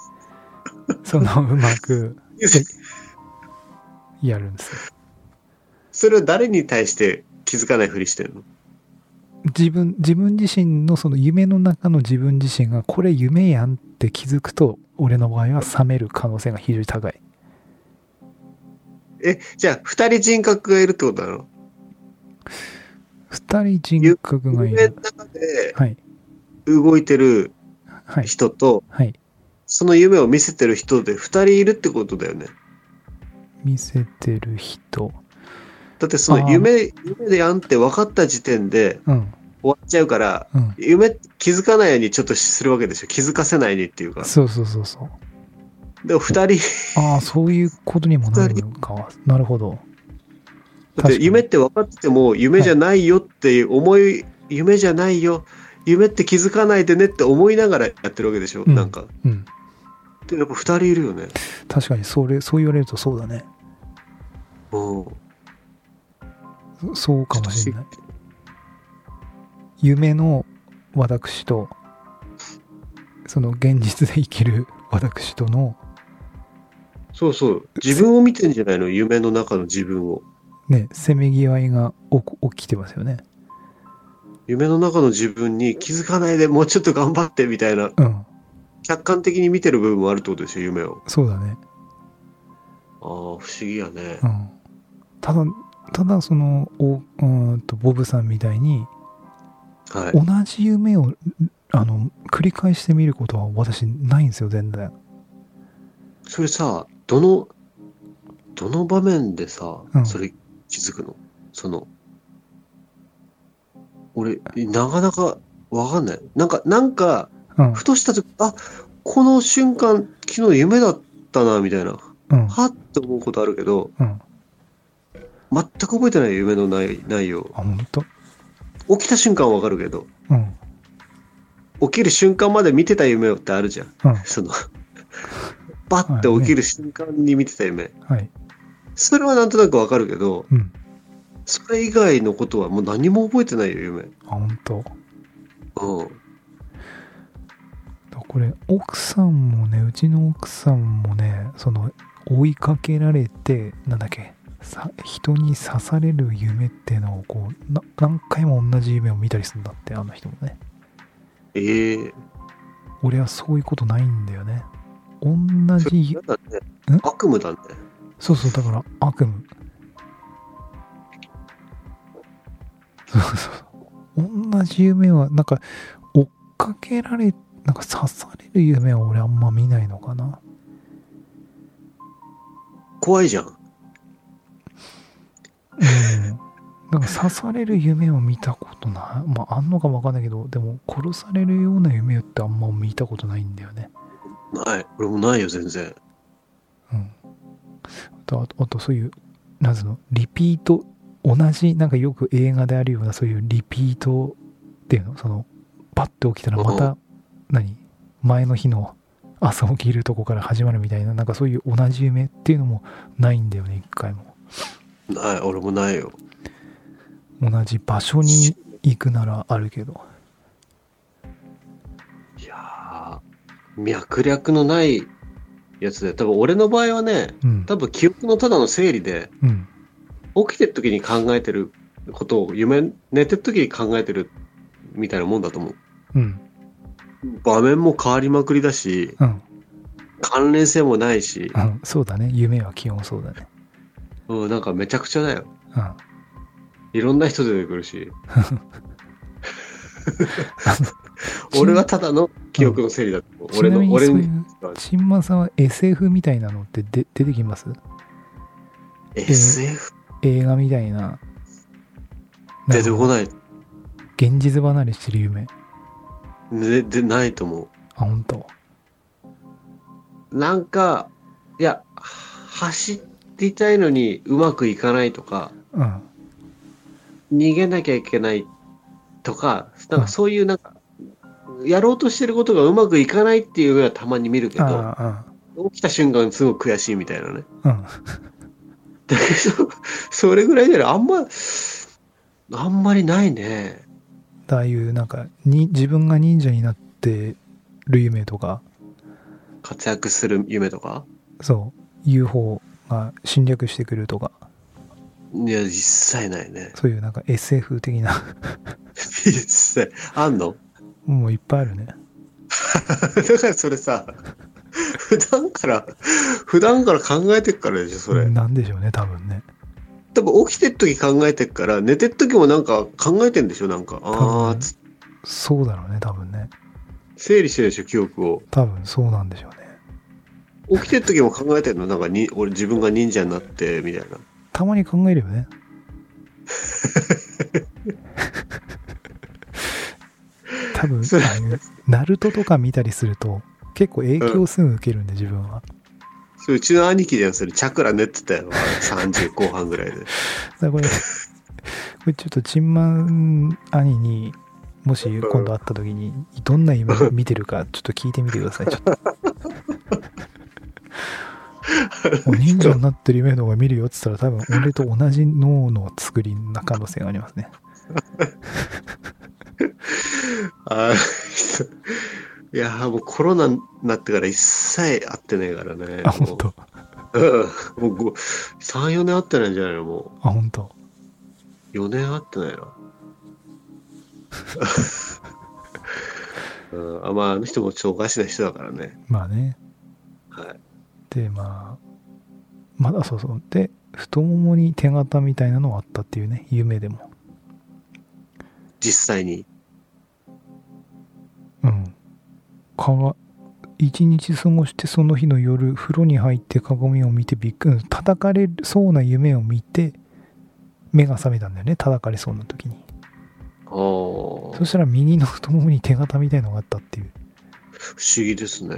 Speaker 1: そのうまくやるんですよ
Speaker 2: それを誰に対して気づかないふりしてるの
Speaker 1: 自分自分自身のその夢の中の自分自身がこれ夢やんって気づくと俺の場合は冷める可能性が非常に高い
Speaker 2: え、じゃあ、二人人格がいるってことなの
Speaker 1: 二人人格がい
Speaker 2: 夢の
Speaker 1: る
Speaker 2: 中で
Speaker 1: はい
Speaker 2: 動いてる
Speaker 1: はい
Speaker 2: 人と、
Speaker 1: はい
Speaker 2: その夢を見せてる人で二人いるってことだよね。
Speaker 1: 見せてる人
Speaker 2: だってそ
Speaker 1: あ
Speaker 2: の
Speaker 1: ー
Speaker 2: 夢、夢でやんって分かった時点で
Speaker 1: うん
Speaker 2: 終わっちゃうから、
Speaker 1: うん
Speaker 2: 夢って気づかないようにちょっとするわけでしょ。気づかせないようにっていうか。
Speaker 1: そうそうそうそう
Speaker 2: でも二人、
Speaker 1: ああ、そういうことにもなるのか。なるほど。
Speaker 2: だって夢って分かってても夢じゃないよって思い、夢じゃないよ。夢って気づかないでねって思いながらやってるわけでしょ。
Speaker 1: うん
Speaker 2: なんか。
Speaker 1: うん。
Speaker 2: で、やっぱ二人いるよね。
Speaker 1: 確かに、それ、そう言われるとそうだね。
Speaker 2: うん。
Speaker 1: そそうかもしれない。夢の私と、その現実で生きる私との、
Speaker 2: そうそう。自分を見てんじゃないの夢の中の自分を。
Speaker 1: ね、せめぎ合いが起こ起きてますよね。
Speaker 2: 夢の中の自分に気づかないでもうちょっと頑張ってみたいな、
Speaker 1: うん。
Speaker 2: 客観的に見てる部分もあるってことでしょ、夢を。
Speaker 1: そうだね。
Speaker 2: ああ、不思議やね
Speaker 1: う。ん。ただ、ただ、その、おうーんと、ボブさんみたいに、
Speaker 2: はい。
Speaker 1: 同じ夢を、あの、繰り返してみることは私ないんですよ、全然。
Speaker 2: それさ、どの、どの場面でさ
Speaker 1: う、ん
Speaker 2: それ気づくの、その、俺、なかなかわかんない。なんか、なんか、
Speaker 1: うん。
Speaker 2: ふとした時、あ、この瞬間、昨日夢だったな、みたいな。
Speaker 1: うん。
Speaker 2: はって思うことあるけど、
Speaker 1: うん
Speaker 2: 全く覚えてない夢の内内容
Speaker 1: あ、本当。
Speaker 2: 起きた瞬間はわかるけど
Speaker 1: うん。うん。
Speaker 2: 起きる瞬間まで見てた夢ってあるじゃんその <laughs> バッて起きる瞬間に見てた夢、
Speaker 1: はい。
Speaker 2: それはなんとなくわかるけど
Speaker 1: うん。
Speaker 2: それ以外のことはもう何も覚えてないよ夢
Speaker 1: あ、本当。
Speaker 2: うん
Speaker 1: これ、奥さんもね、うちの奥さんもね、その、追いかけられて、なんだっけ、さ人に刺される夢っていうのを、こうな、何回も同じ夢を見たりするんだって、あの人もね。
Speaker 2: ええ
Speaker 1: 俺はそういうことないんだよね。同
Speaker 2: それ
Speaker 1: じ
Speaker 2: や、だね
Speaker 1: ん
Speaker 2: 悪夢だね
Speaker 1: そうそう、だから悪夢。そうそうそう。同じ夢は、なんか、追っかけられ、なんか刺される夢は俺あんま見ないのかな。
Speaker 2: 怖いじゃん
Speaker 1: うん。なんか刺される夢を見たことない。まあ、あんのかもわかんないけど、でも殺されるような夢ってあんま見たことないんだよね。
Speaker 2: ない俺もないよ全然
Speaker 1: うん。あと、あとあとそういう、なんつうの、リピート、同じ、なんかよく映画であるような、そういうリピートっていうの、その、パッて起きたらま
Speaker 2: う
Speaker 1: た、何前の日の朝起きるとこから始まるみたいな、なんかそういう同じ夢っていうのもないんだよね、一回も。
Speaker 2: ない俺もないよ
Speaker 1: 同じ場所に行くならあるけど。
Speaker 2: いやー脈略のないやつで多分俺の場合はね
Speaker 1: うん。
Speaker 2: 多分記憶のただの整理で
Speaker 1: うん。
Speaker 2: 起きてる時に考えてることを夢寝てる時に考えてるみたいなもんだと思う
Speaker 1: うん。
Speaker 2: 場面も変わりまくりだし
Speaker 1: うん。
Speaker 2: 関連性もないし
Speaker 1: う、ん。そうだね。夢は基本そうだね。
Speaker 2: うん、なんかめちゃくちゃだよ
Speaker 1: うん。あ
Speaker 2: いろんな人出てくるし
Speaker 1: の
Speaker 2: 俺はただの記憶の整理だと思う、
Speaker 1: ち
Speaker 2: <laughs> 俺
Speaker 1: なみに
Speaker 2: の俺
Speaker 1: そうい
Speaker 2: の
Speaker 1: う、新馬さんは SF みたいなのってで出てきます
Speaker 2: SF
Speaker 1: 映画みたいな。
Speaker 2: 出てこ
Speaker 1: い。
Speaker 2: ない
Speaker 1: 現実離れしてる夢。
Speaker 2: ででないと思
Speaker 1: あ、本当。
Speaker 2: うなんかいや走りたいのにうまくいかないとか
Speaker 1: うん。
Speaker 2: 逃げなきゃいけないとか、なんかそういうなんか、やろうとしてることがうまくいかないっていう夢はたまに見るけ
Speaker 1: あ
Speaker 2: ど、
Speaker 1: あ、
Speaker 2: 起きた瞬間すごく悔しいみたいなね。
Speaker 1: うん。
Speaker 2: だけど、 <laughs> それぐらいならあんま、あんまりないね。
Speaker 1: ああいうなんかに自分が忍者になってる夢とか
Speaker 2: 活躍する夢とか。
Speaker 1: そう UFO が侵略してくるとか
Speaker 2: いや、実際ないね。 <laughs>
Speaker 1: そういうなんか SF 的な <laughs>
Speaker 2: 実際。あんの
Speaker 1: もういっぱいあるね
Speaker 2: <laughs> だからそれさ、普段から、普段から考えてっからでしょ、それ。
Speaker 1: なんでしょうね多分ね
Speaker 2: 多分起きてる時考えてっから、寝てる時もなんか考えてんでしょ、なんか。あ
Speaker 1: 多
Speaker 2: あ
Speaker 1: 分、そうだろうね多分ね
Speaker 2: 整理してるでしょ、記憶を。
Speaker 1: 多分そうなんでしょうね
Speaker 2: 起きてる時も考えてるの、なんかに、俺自分が忍者になって、みたいな。
Speaker 1: たまに考えるよね多分
Speaker 2: それ
Speaker 1: あのナルトとか見たりすると結構影響すぐ受けるんで自分は
Speaker 2: それうちの兄貴じゃん、それ、チャクラ寝てたよ、30後半ぐらいで。
Speaker 1: だからこれこれちょっとチンマン兄にもし今度会った時にどんな夢を見てるかちょっと聞いてみてくださいちょっとお忍者になってる夢の方が見るよって言ったら多分俺と同じ脳の作りな可能性がありますね
Speaker 2: あー <laughs> いやーもうコロナになってから一切会ってないからね。
Speaker 1: あ本当
Speaker 2: もううんもう3、4年会ってないんじゃないのも
Speaker 1: あ本当
Speaker 2: う。4年会ってな
Speaker 1: <laughs>
Speaker 2: いな。うん、あまあ、あの人もちょっとおかしな人だからね。
Speaker 1: まあね
Speaker 2: はい。
Speaker 1: でまあまだそうそうで太ももに手形みたいなのはあったっていうね夢でも
Speaker 2: 実際に。
Speaker 1: うん。かわ、一日過ごしてその日の夜、風呂に入って鏡を見てびっくり、うん叩かれそうな夢を見て、目が覚めたんだよね、叩かれそうな時に。
Speaker 2: ああ、不
Speaker 1: そしたら右の太ももに手形みたいのがあったっていう。
Speaker 2: 思議ですね。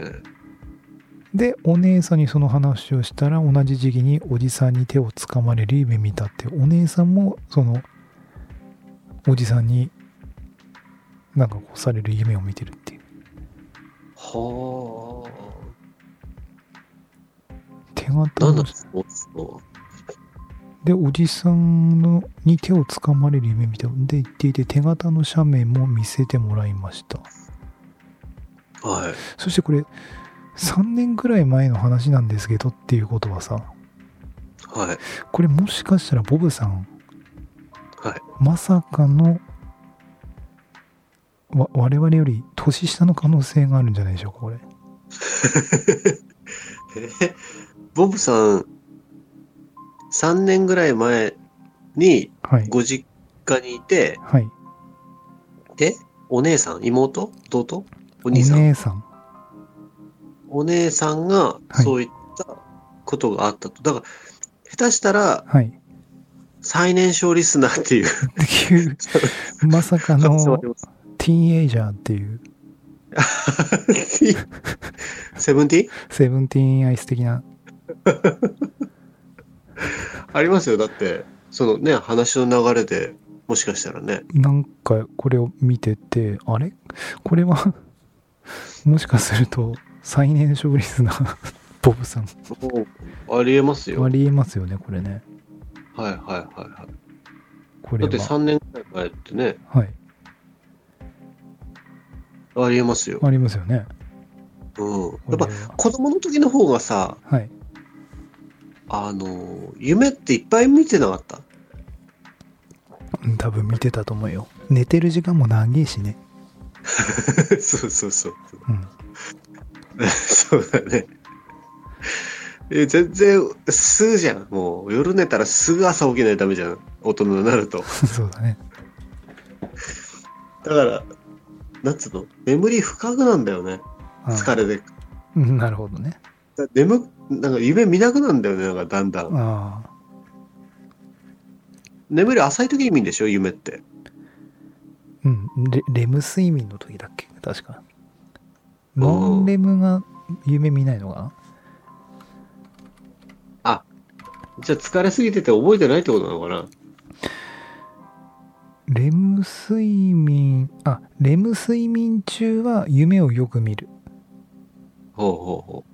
Speaker 1: で、お姉さんにその話をしたら、同じ時期におじさんに手をつかまれる夢見たっていう、お姉さんも、その、おじさんに、なんかこうされる夢を見てるっていう。
Speaker 2: は
Speaker 1: 手形の
Speaker 2: あ。なんだと思ってたの
Speaker 1: でおじさんのに手をつかまれる夢みたいで言っていて手形の写メも見せてもらいました
Speaker 2: はい。
Speaker 1: そしてこれ3年くらい前の話なんですけどっていうことはさ
Speaker 2: はい。
Speaker 1: これもしかしたらボブさん
Speaker 2: はい。
Speaker 1: まさかのわ我々より年下の可能性があるんじゃないでしょうかこれ
Speaker 2: えボブさん、3年ぐらい前に
Speaker 1: はい
Speaker 2: ご実家にいて、
Speaker 1: はい
Speaker 2: で、お姉さん、妹弟お
Speaker 1: お
Speaker 2: 兄さん
Speaker 1: 姉さん
Speaker 2: お姉さんが
Speaker 1: はい
Speaker 2: そういったことがあったと。だから、下手したら
Speaker 1: はい
Speaker 2: 最年少リスナーっ
Speaker 1: <laughs>
Speaker 2: ていう
Speaker 1: っていうまさか
Speaker 2: 可 <laughs> 能性は
Speaker 1: の
Speaker 2: あります。
Speaker 1: ティーンエイジャーっていう
Speaker 2: セブンティーン
Speaker 1: セブンティーンアイス的な
Speaker 2: ありますよ。だって、そのね、話の流れで、もしかしたらね。
Speaker 1: なんかこれを見ててあれこれは <laughs> もしかすると最年少リスナー <laughs> ボブさん
Speaker 2: ありえますよ。
Speaker 1: あ
Speaker 2: はい
Speaker 1: りえますよねこれね
Speaker 2: はいはいはい。
Speaker 1: これ
Speaker 2: だって
Speaker 1: は
Speaker 2: 3年ぐらい前ってね、
Speaker 1: はい
Speaker 2: ありえますよ。
Speaker 1: ありますよね
Speaker 2: うん。
Speaker 1: これ
Speaker 2: やっぱ
Speaker 1: は
Speaker 2: 子供の時の方がさ、
Speaker 1: はい
Speaker 2: あの、夢っていっぱい見てなかった。 <laughs>
Speaker 1: うん多分見てたと思うよ寝てる時間も長いしね
Speaker 2: そうそうそう。
Speaker 1: うん
Speaker 2: そうだね。え全然、すぐじゃん。もう、夜寝たらすぐ朝起きないとダメじゃん。大人になる
Speaker 1: <laughs>
Speaker 2: と。
Speaker 1: そうだね
Speaker 2: だから、なんつうの、眠り深くなんだよね。
Speaker 1: うん
Speaker 2: 疲れで。
Speaker 1: うんなるほどね
Speaker 2: だ眠、なんか夢見なくなんだよね。なんかだんだん。
Speaker 1: ああ
Speaker 2: 眠り浅い時に見るんでしょ、夢って。
Speaker 1: うんレレム睡眠の時だっけ確かノンレムが夢見ないのかな
Speaker 2: じゃあ疲れすぎてて覚えてないってことなのかな
Speaker 1: レム睡眠、あ、レム睡眠中は夢をよく見る。
Speaker 2: ほうほうほ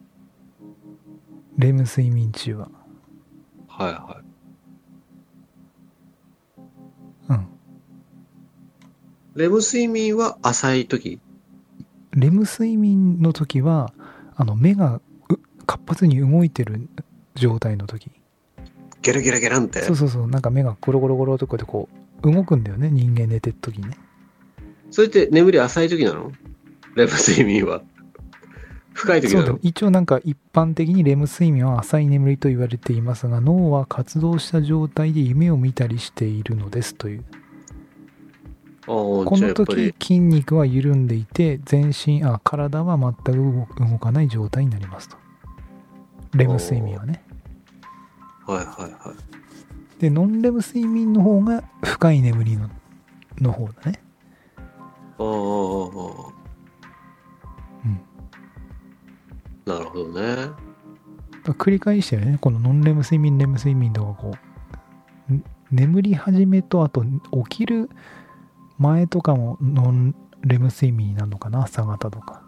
Speaker 1: レム睡眠中は。
Speaker 2: はいは
Speaker 1: うん。
Speaker 2: い。レム睡眠は浅い時
Speaker 1: レム睡眠の時は、あの、目がう活発に動いてる状態の時。
Speaker 2: ゲラゲラゲランって。
Speaker 1: そうそうそう、なんか目がゴロゴロゴロとこうやってこう、動くんだよね、人間寝てる時にね。
Speaker 2: それって眠り浅い時なのレム睡眠は。深い時
Speaker 1: そう
Speaker 2: な
Speaker 1: だ
Speaker 2: の
Speaker 1: よ一応なんか一般的にレム睡眠は浅い眠りと言われていますが脳は活動した状態で夢を見たりしているのですという
Speaker 2: ああ、
Speaker 1: こ
Speaker 2: じ
Speaker 1: の
Speaker 2: ゃあやっぱ
Speaker 1: 時
Speaker 2: り。
Speaker 1: 筋肉は緩んでいて全身あ体は全く動く動かない状態になりますとレム睡眠はね
Speaker 2: はいはいはい。
Speaker 1: でノンレム睡眠の方が深い眠りのの方だね
Speaker 2: ああああ、ああ。
Speaker 1: うん
Speaker 2: なるほどね。
Speaker 1: だから繰り返してるねこのノンレム睡眠レム睡眠とかこうん眠り始めとあと起きる前とかもノンレム睡眠になるのかな朝方とか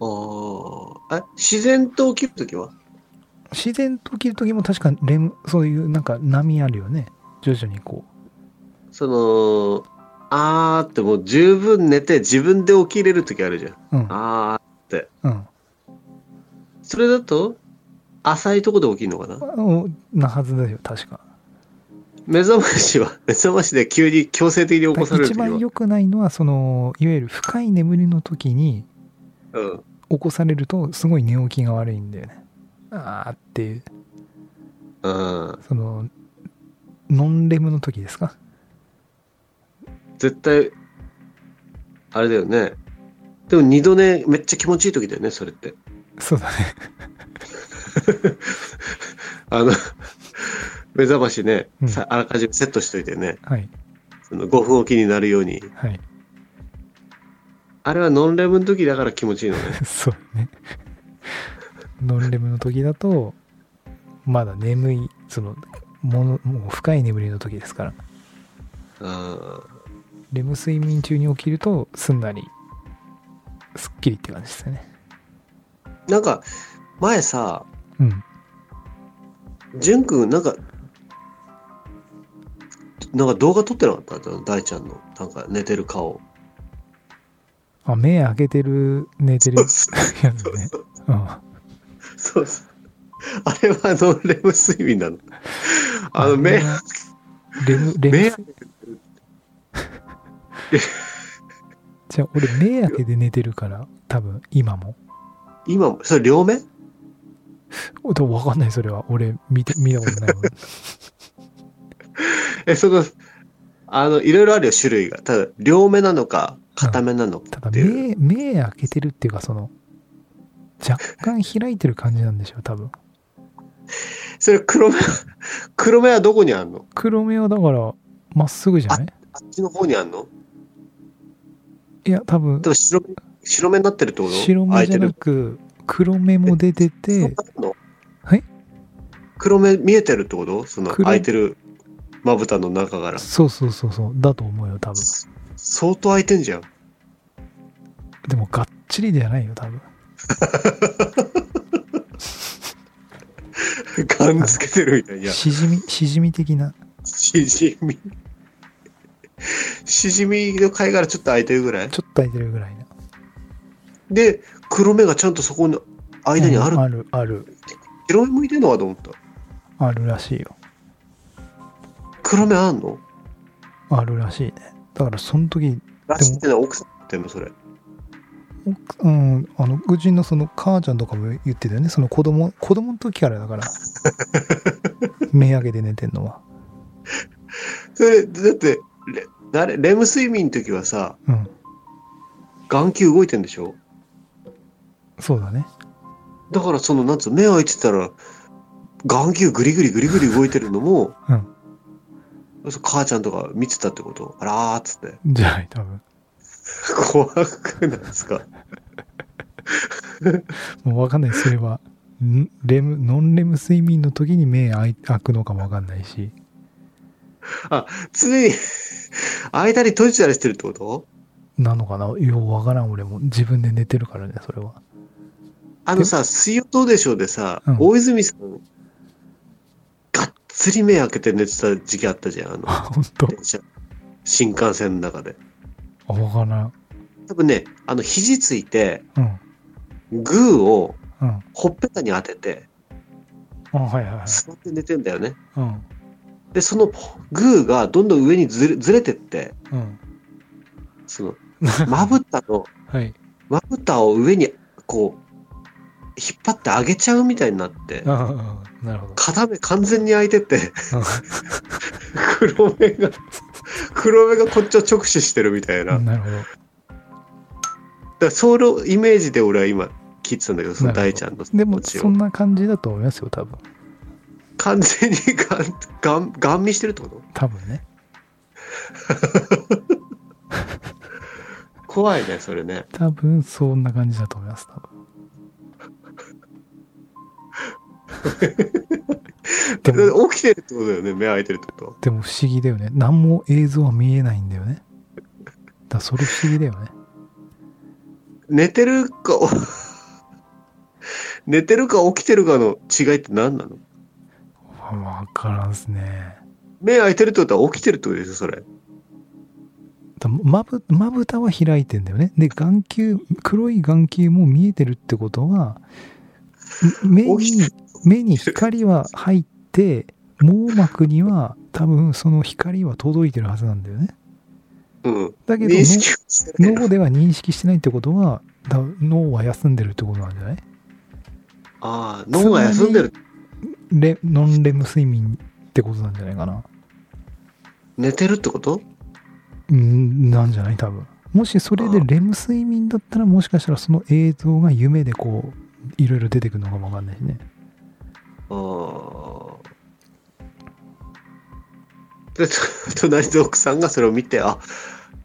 Speaker 2: ああ。え、自然と起きる時は
Speaker 1: 自然と起きる時も確かレムそういうなんか波あるよね徐々にこ
Speaker 2: その、あーってもう十分寝て自分で起きれる時あるじゃん。
Speaker 1: ううん
Speaker 2: あ
Speaker 1: うん
Speaker 2: ー。それだと、浅いとこで起きるのかな
Speaker 1: うんなはずだよ確か
Speaker 2: 目覚ましは、 <laughs> 目覚ましで急に強制的に起こされる
Speaker 1: 一
Speaker 2: 時は。
Speaker 1: 番良くないのはそのいわゆる深い眠りの時に
Speaker 2: うん。
Speaker 1: 起こされるとすごい寝起きが悪いんだよねあーっていう
Speaker 2: うん。
Speaker 1: そのノンレムの時ですか
Speaker 2: 絶対、あれだよね。でも二度寝めっちゃ気持ちいい時だよね、それって。
Speaker 1: そうだね
Speaker 2: あの、 <laughs> 目覚ましね、
Speaker 1: うん
Speaker 2: さあらかじめセットしといてね、
Speaker 1: はい
Speaker 2: その5分おきになるように。
Speaker 1: はい
Speaker 2: あれはノンレムの時だから気持ちいいのね。
Speaker 1: <laughs> そうだねノンレムの時だとまだ眠いそのものもう深い眠りの時ですから
Speaker 2: うん。
Speaker 1: レム睡眠中に起きるとすんなりすっきりって感じですよね
Speaker 2: なんか、前さ、
Speaker 1: うん
Speaker 2: 淳くん、なんか、なんか動画撮ってなかった大ちゃんの、なんか寝てる顔。
Speaker 1: あ目開けてる寝てる
Speaker 2: そうそ
Speaker 1: やつねうん
Speaker 2: そうそう。あれはノンレム睡眠なの。あ
Speaker 1: れ
Speaker 2: の、目、
Speaker 1: はレムレ
Speaker 2: 目
Speaker 1: ム <laughs> じゃあ俺目開けて寝てるから多分今も
Speaker 2: 今も、それ両目
Speaker 1: おでも分かんないそれは俺見て見たこと
Speaker 2: <laughs>
Speaker 1: ないもん
Speaker 2: え、その、あの、いろいろあるよ、種類が。ただ、両目なのか、片目なの
Speaker 1: ただ
Speaker 2: かっていう。
Speaker 1: 目目開けてるっていうかその若干開いてる感じなんでしょう多分
Speaker 2: それ黒目、黒目はどこにあんの
Speaker 1: 黒目はだからまっすぐじゃない
Speaker 2: あっちの方にあんの
Speaker 1: いや多分
Speaker 2: でも白目、白目になってるってこと
Speaker 1: 白目じゃなく黒目も出て
Speaker 2: 開いて
Speaker 1: て
Speaker 2: る。そんなの
Speaker 1: はい
Speaker 2: 黒目見えてるってことその
Speaker 1: 黒
Speaker 2: 開いてるまぶたの中から。
Speaker 1: そうそうそうそうだと思うよ多分
Speaker 2: 相当開いてんじゃん。
Speaker 1: でもがっちりじゃないよ多分
Speaker 2: ガンつけてるみたいな。
Speaker 1: しじみしじみ的な
Speaker 2: しじみ。しじみの貝殻ちょっと開いてるぐらい
Speaker 1: ちょっと空いてるぐらいな
Speaker 2: で、黒目がちゃんとそこの間にある
Speaker 1: うん。あるある
Speaker 2: 白目向いてんのかと思った。
Speaker 1: あるらしいよ
Speaker 2: 黒目あんの
Speaker 1: あるらしいねだからその時
Speaker 2: らしいってのは奥さんってもそれ。
Speaker 1: 奥うんあのうちのその母ちゃんとかも言ってたよねその子供子供の時からだから <laughs> 目開けて寝てんのは
Speaker 2: それ、だって、レ誰レム睡眠の時はさ、
Speaker 1: うん
Speaker 2: 眼球動いてんでしょ
Speaker 1: そうだね
Speaker 2: だからそのなんつうの目開いてたら眼球グリグリグリグリ動いてるのも、
Speaker 1: うん
Speaker 2: そう母ちゃんとか見てたってことあらーっつって
Speaker 1: じゃない多分
Speaker 2: 怖くないですか
Speaker 1: もう分かんないそれはんレムノンレム睡眠の時に目開い開くのかも分かんないし
Speaker 2: 常に間に閉じたりしてるってこと
Speaker 1: なのかなよう分からん俺も自分で寝てるからねそれは
Speaker 2: あのさ、水曜どうでしょうでさ、
Speaker 1: うん
Speaker 2: 大泉さん、がっつり目開けて寝てた時期あったじゃん、あの、
Speaker 1: あ <laughs> 本当
Speaker 2: 電車、新幹線の中で。
Speaker 1: あ分からん
Speaker 2: 多分ね、あの、肘ついて、
Speaker 1: うん
Speaker 2: グーを
Speaker 1: うん
Speaker 2: ほっぺたに当てて、
Speaker 1: あはいはいはい
Speaker 2: 座って寝てんだよね。
Speaker 1: うん
Speaker 2: で、そのグーがどんどん上にずれずれてって、
Speaker 1: うん
Speaker 2: そ
Speaker 1: <laughs>
Speaker 2: の、まぶたの、
Speaker 1: はい
Speaker 2: まぶたを上に、こう、引っ張って上げちゃうみたいになって、
Speaker 1: ああなるほど
Speaker 2: 片目完全に開いてて、 <laughs>
Speaker 1: <laughs> うん
Speaker 2: 黒目が黒目がこっちを直視してるみたいな、だか
Speaker 1: なるほど。
Speaker 2: らそのイメージで俺は今聞いてたんだけどその大ちゃんの
Speaker 1: でも、
Speaker 2: 気持ちを
Speaker 1: そんな感じだと思いますよ、多分。
Speaker 2: 完全にガンガンガン見してるってこと
Speaker 1: 多分ね。
Speaker 2: 怖いねそれね
Speaker 1: 多分、そんな感じだと思います、多 <laughs> 分。でも、
Speaker 2: 起きてるってことだよね目開いてるってこと
Speaker 1: でも不思議だよね。何も映像は見えないんだよね。だからそれ不思議だよね。
Speaker 2: 寝てるか <laughs> 寝てるか起きてるかの違いって何なの
Speaker 1: わからんっすね。
Speaker 2: 目開いてるってことは起きてるってことでしょそれ
Speaker 1: だまぶまぶたは開いてんだよね。で、眼球、黒い眼球も見えてるってことは、目
Speaker 2: 起きて
Speaker 1: に、目に光は入って、網膜には多分その光は届いてるはずなんだよね。
Speaker 2: うん
Speaker 1: だけど
Speaker 2: 認識はしてない
Speaker 1: 脳では認識してないってことは、だ脳は休んでるってことなんじゃない
Speaker 2: ああ脳が休んでる
Speaker 1: レノンレム睡眠ってことなんじゃないかな。
Speaker 2: 寝てるってこと
Speaker 1: うん、なんじゃない多分。もしそれでレム睡眠だったら、もしかしたらその映像が夢でこう、いろいろ出てくるのかもわかんないしね。
Speaker 2: ああ。で、と <laughs> 隣の奥さんがそれを見て、あ、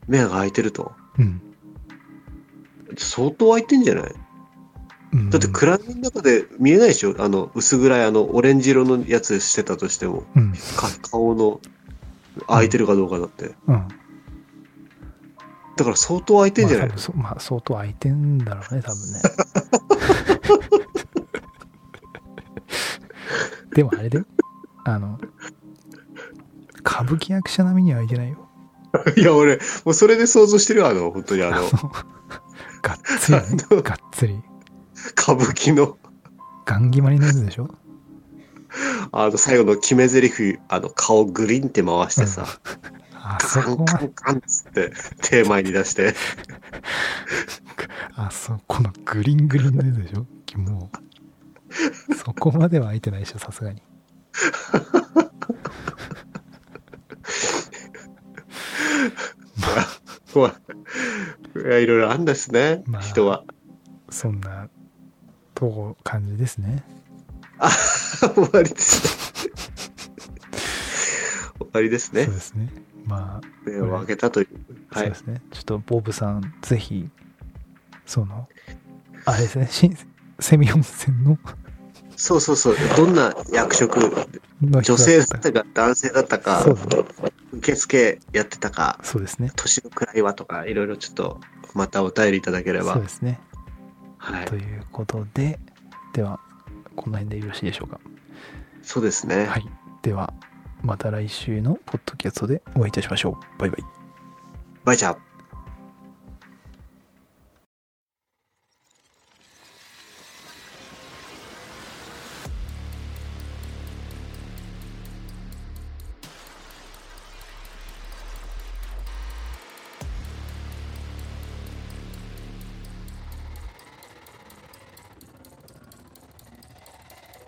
Speaker 2: 目が開いてると。
Speaker 1: うん。
Speaker 2: 相当開いてんじゃない
Speaker 1: うん、
Speaker 2: だって暗闇の中で見えないでしょあの、薄暗いあの、オレンジ色のやつしてたとしても、
Speaker 1: うん。
Speaker 2: か顔の開いてるかどうかだって。
Speaker 1: うん。
Speaker 2: だから相当開いてんじゃな
Speaker 1: ま
Speaker 2: い
Speaker 1: あ多分そまあ、相当空いてんだろうね、多 <laughs> 分ね。でもあれで、あの、歌舞伎役者並みには空いてないよ。
Speaker 2: いや、俺、もうそれで想像してるよ、あの、本当にあ <laughs>
Speaker 1: <laughs> が
Speaker 2: の、
Speaker 1: っつり、ね
Speaker 2: あ、の
Speaker 1: がっつり。
Speaker 2: 歌舞伎の、
Speaker 1: ガン決まりのやつでしょ
Speaker 2: あの、最後の決め台詞、あの、顔グリンって回してさ、
Speaker 1: あそ
Speaker 2: カン
Speaker 1: こ
Speaker 2: カ
Speaker 1: は、
Speaker 2: ンカンっつって、手前に出して。
Speaker 1: あそこのグリングリンのやつでしょもう、そこまでは空いてないでしょ、さすがに。
Speaker 2: 怖い。いや、いろいろあんですね、
Speaker 1: まあ
Speaker 2: 人は。 <laughs>
Speaker 1: そんな、とこ感じですね。
Speaker 2: 終わりです。終わりですね
Speaker 1: そう。ですね。まあ、
Speaker 2: 目を開けたという。は
Speaker 1: そう
Speaker 2: い
Speaker 1: で。すね。ちょっとボブさん、ぜひ、その、あれですね、新セミ温泉の
Speaker 2: そうそうそう。どんな役職、
Speaker 1: の人だ
Speaker 2: 女性だ
Speaker 1: っ
Speaker 2: ったたか男性だったか
Speaker 1: そうですね、
Speaker 2: 受付やってたか、
Speaker 1: そうですね。
Speaker 2: 年の位はとか、いろいろちょっと、またお便りいただけれ
Speaker 1: そう
Speaker 2: ば
Speaker 1: で。すね。
Speaker 2: はい
Speaker 1: と。いうことで、では、この辺でよろしいでしょうか。
Speaker 2: そうですね
Speaker 1: は。い。では、また来週のポッドキャストでお会いいたしましょう。バイバイ。
Speaker 2: バイチャー。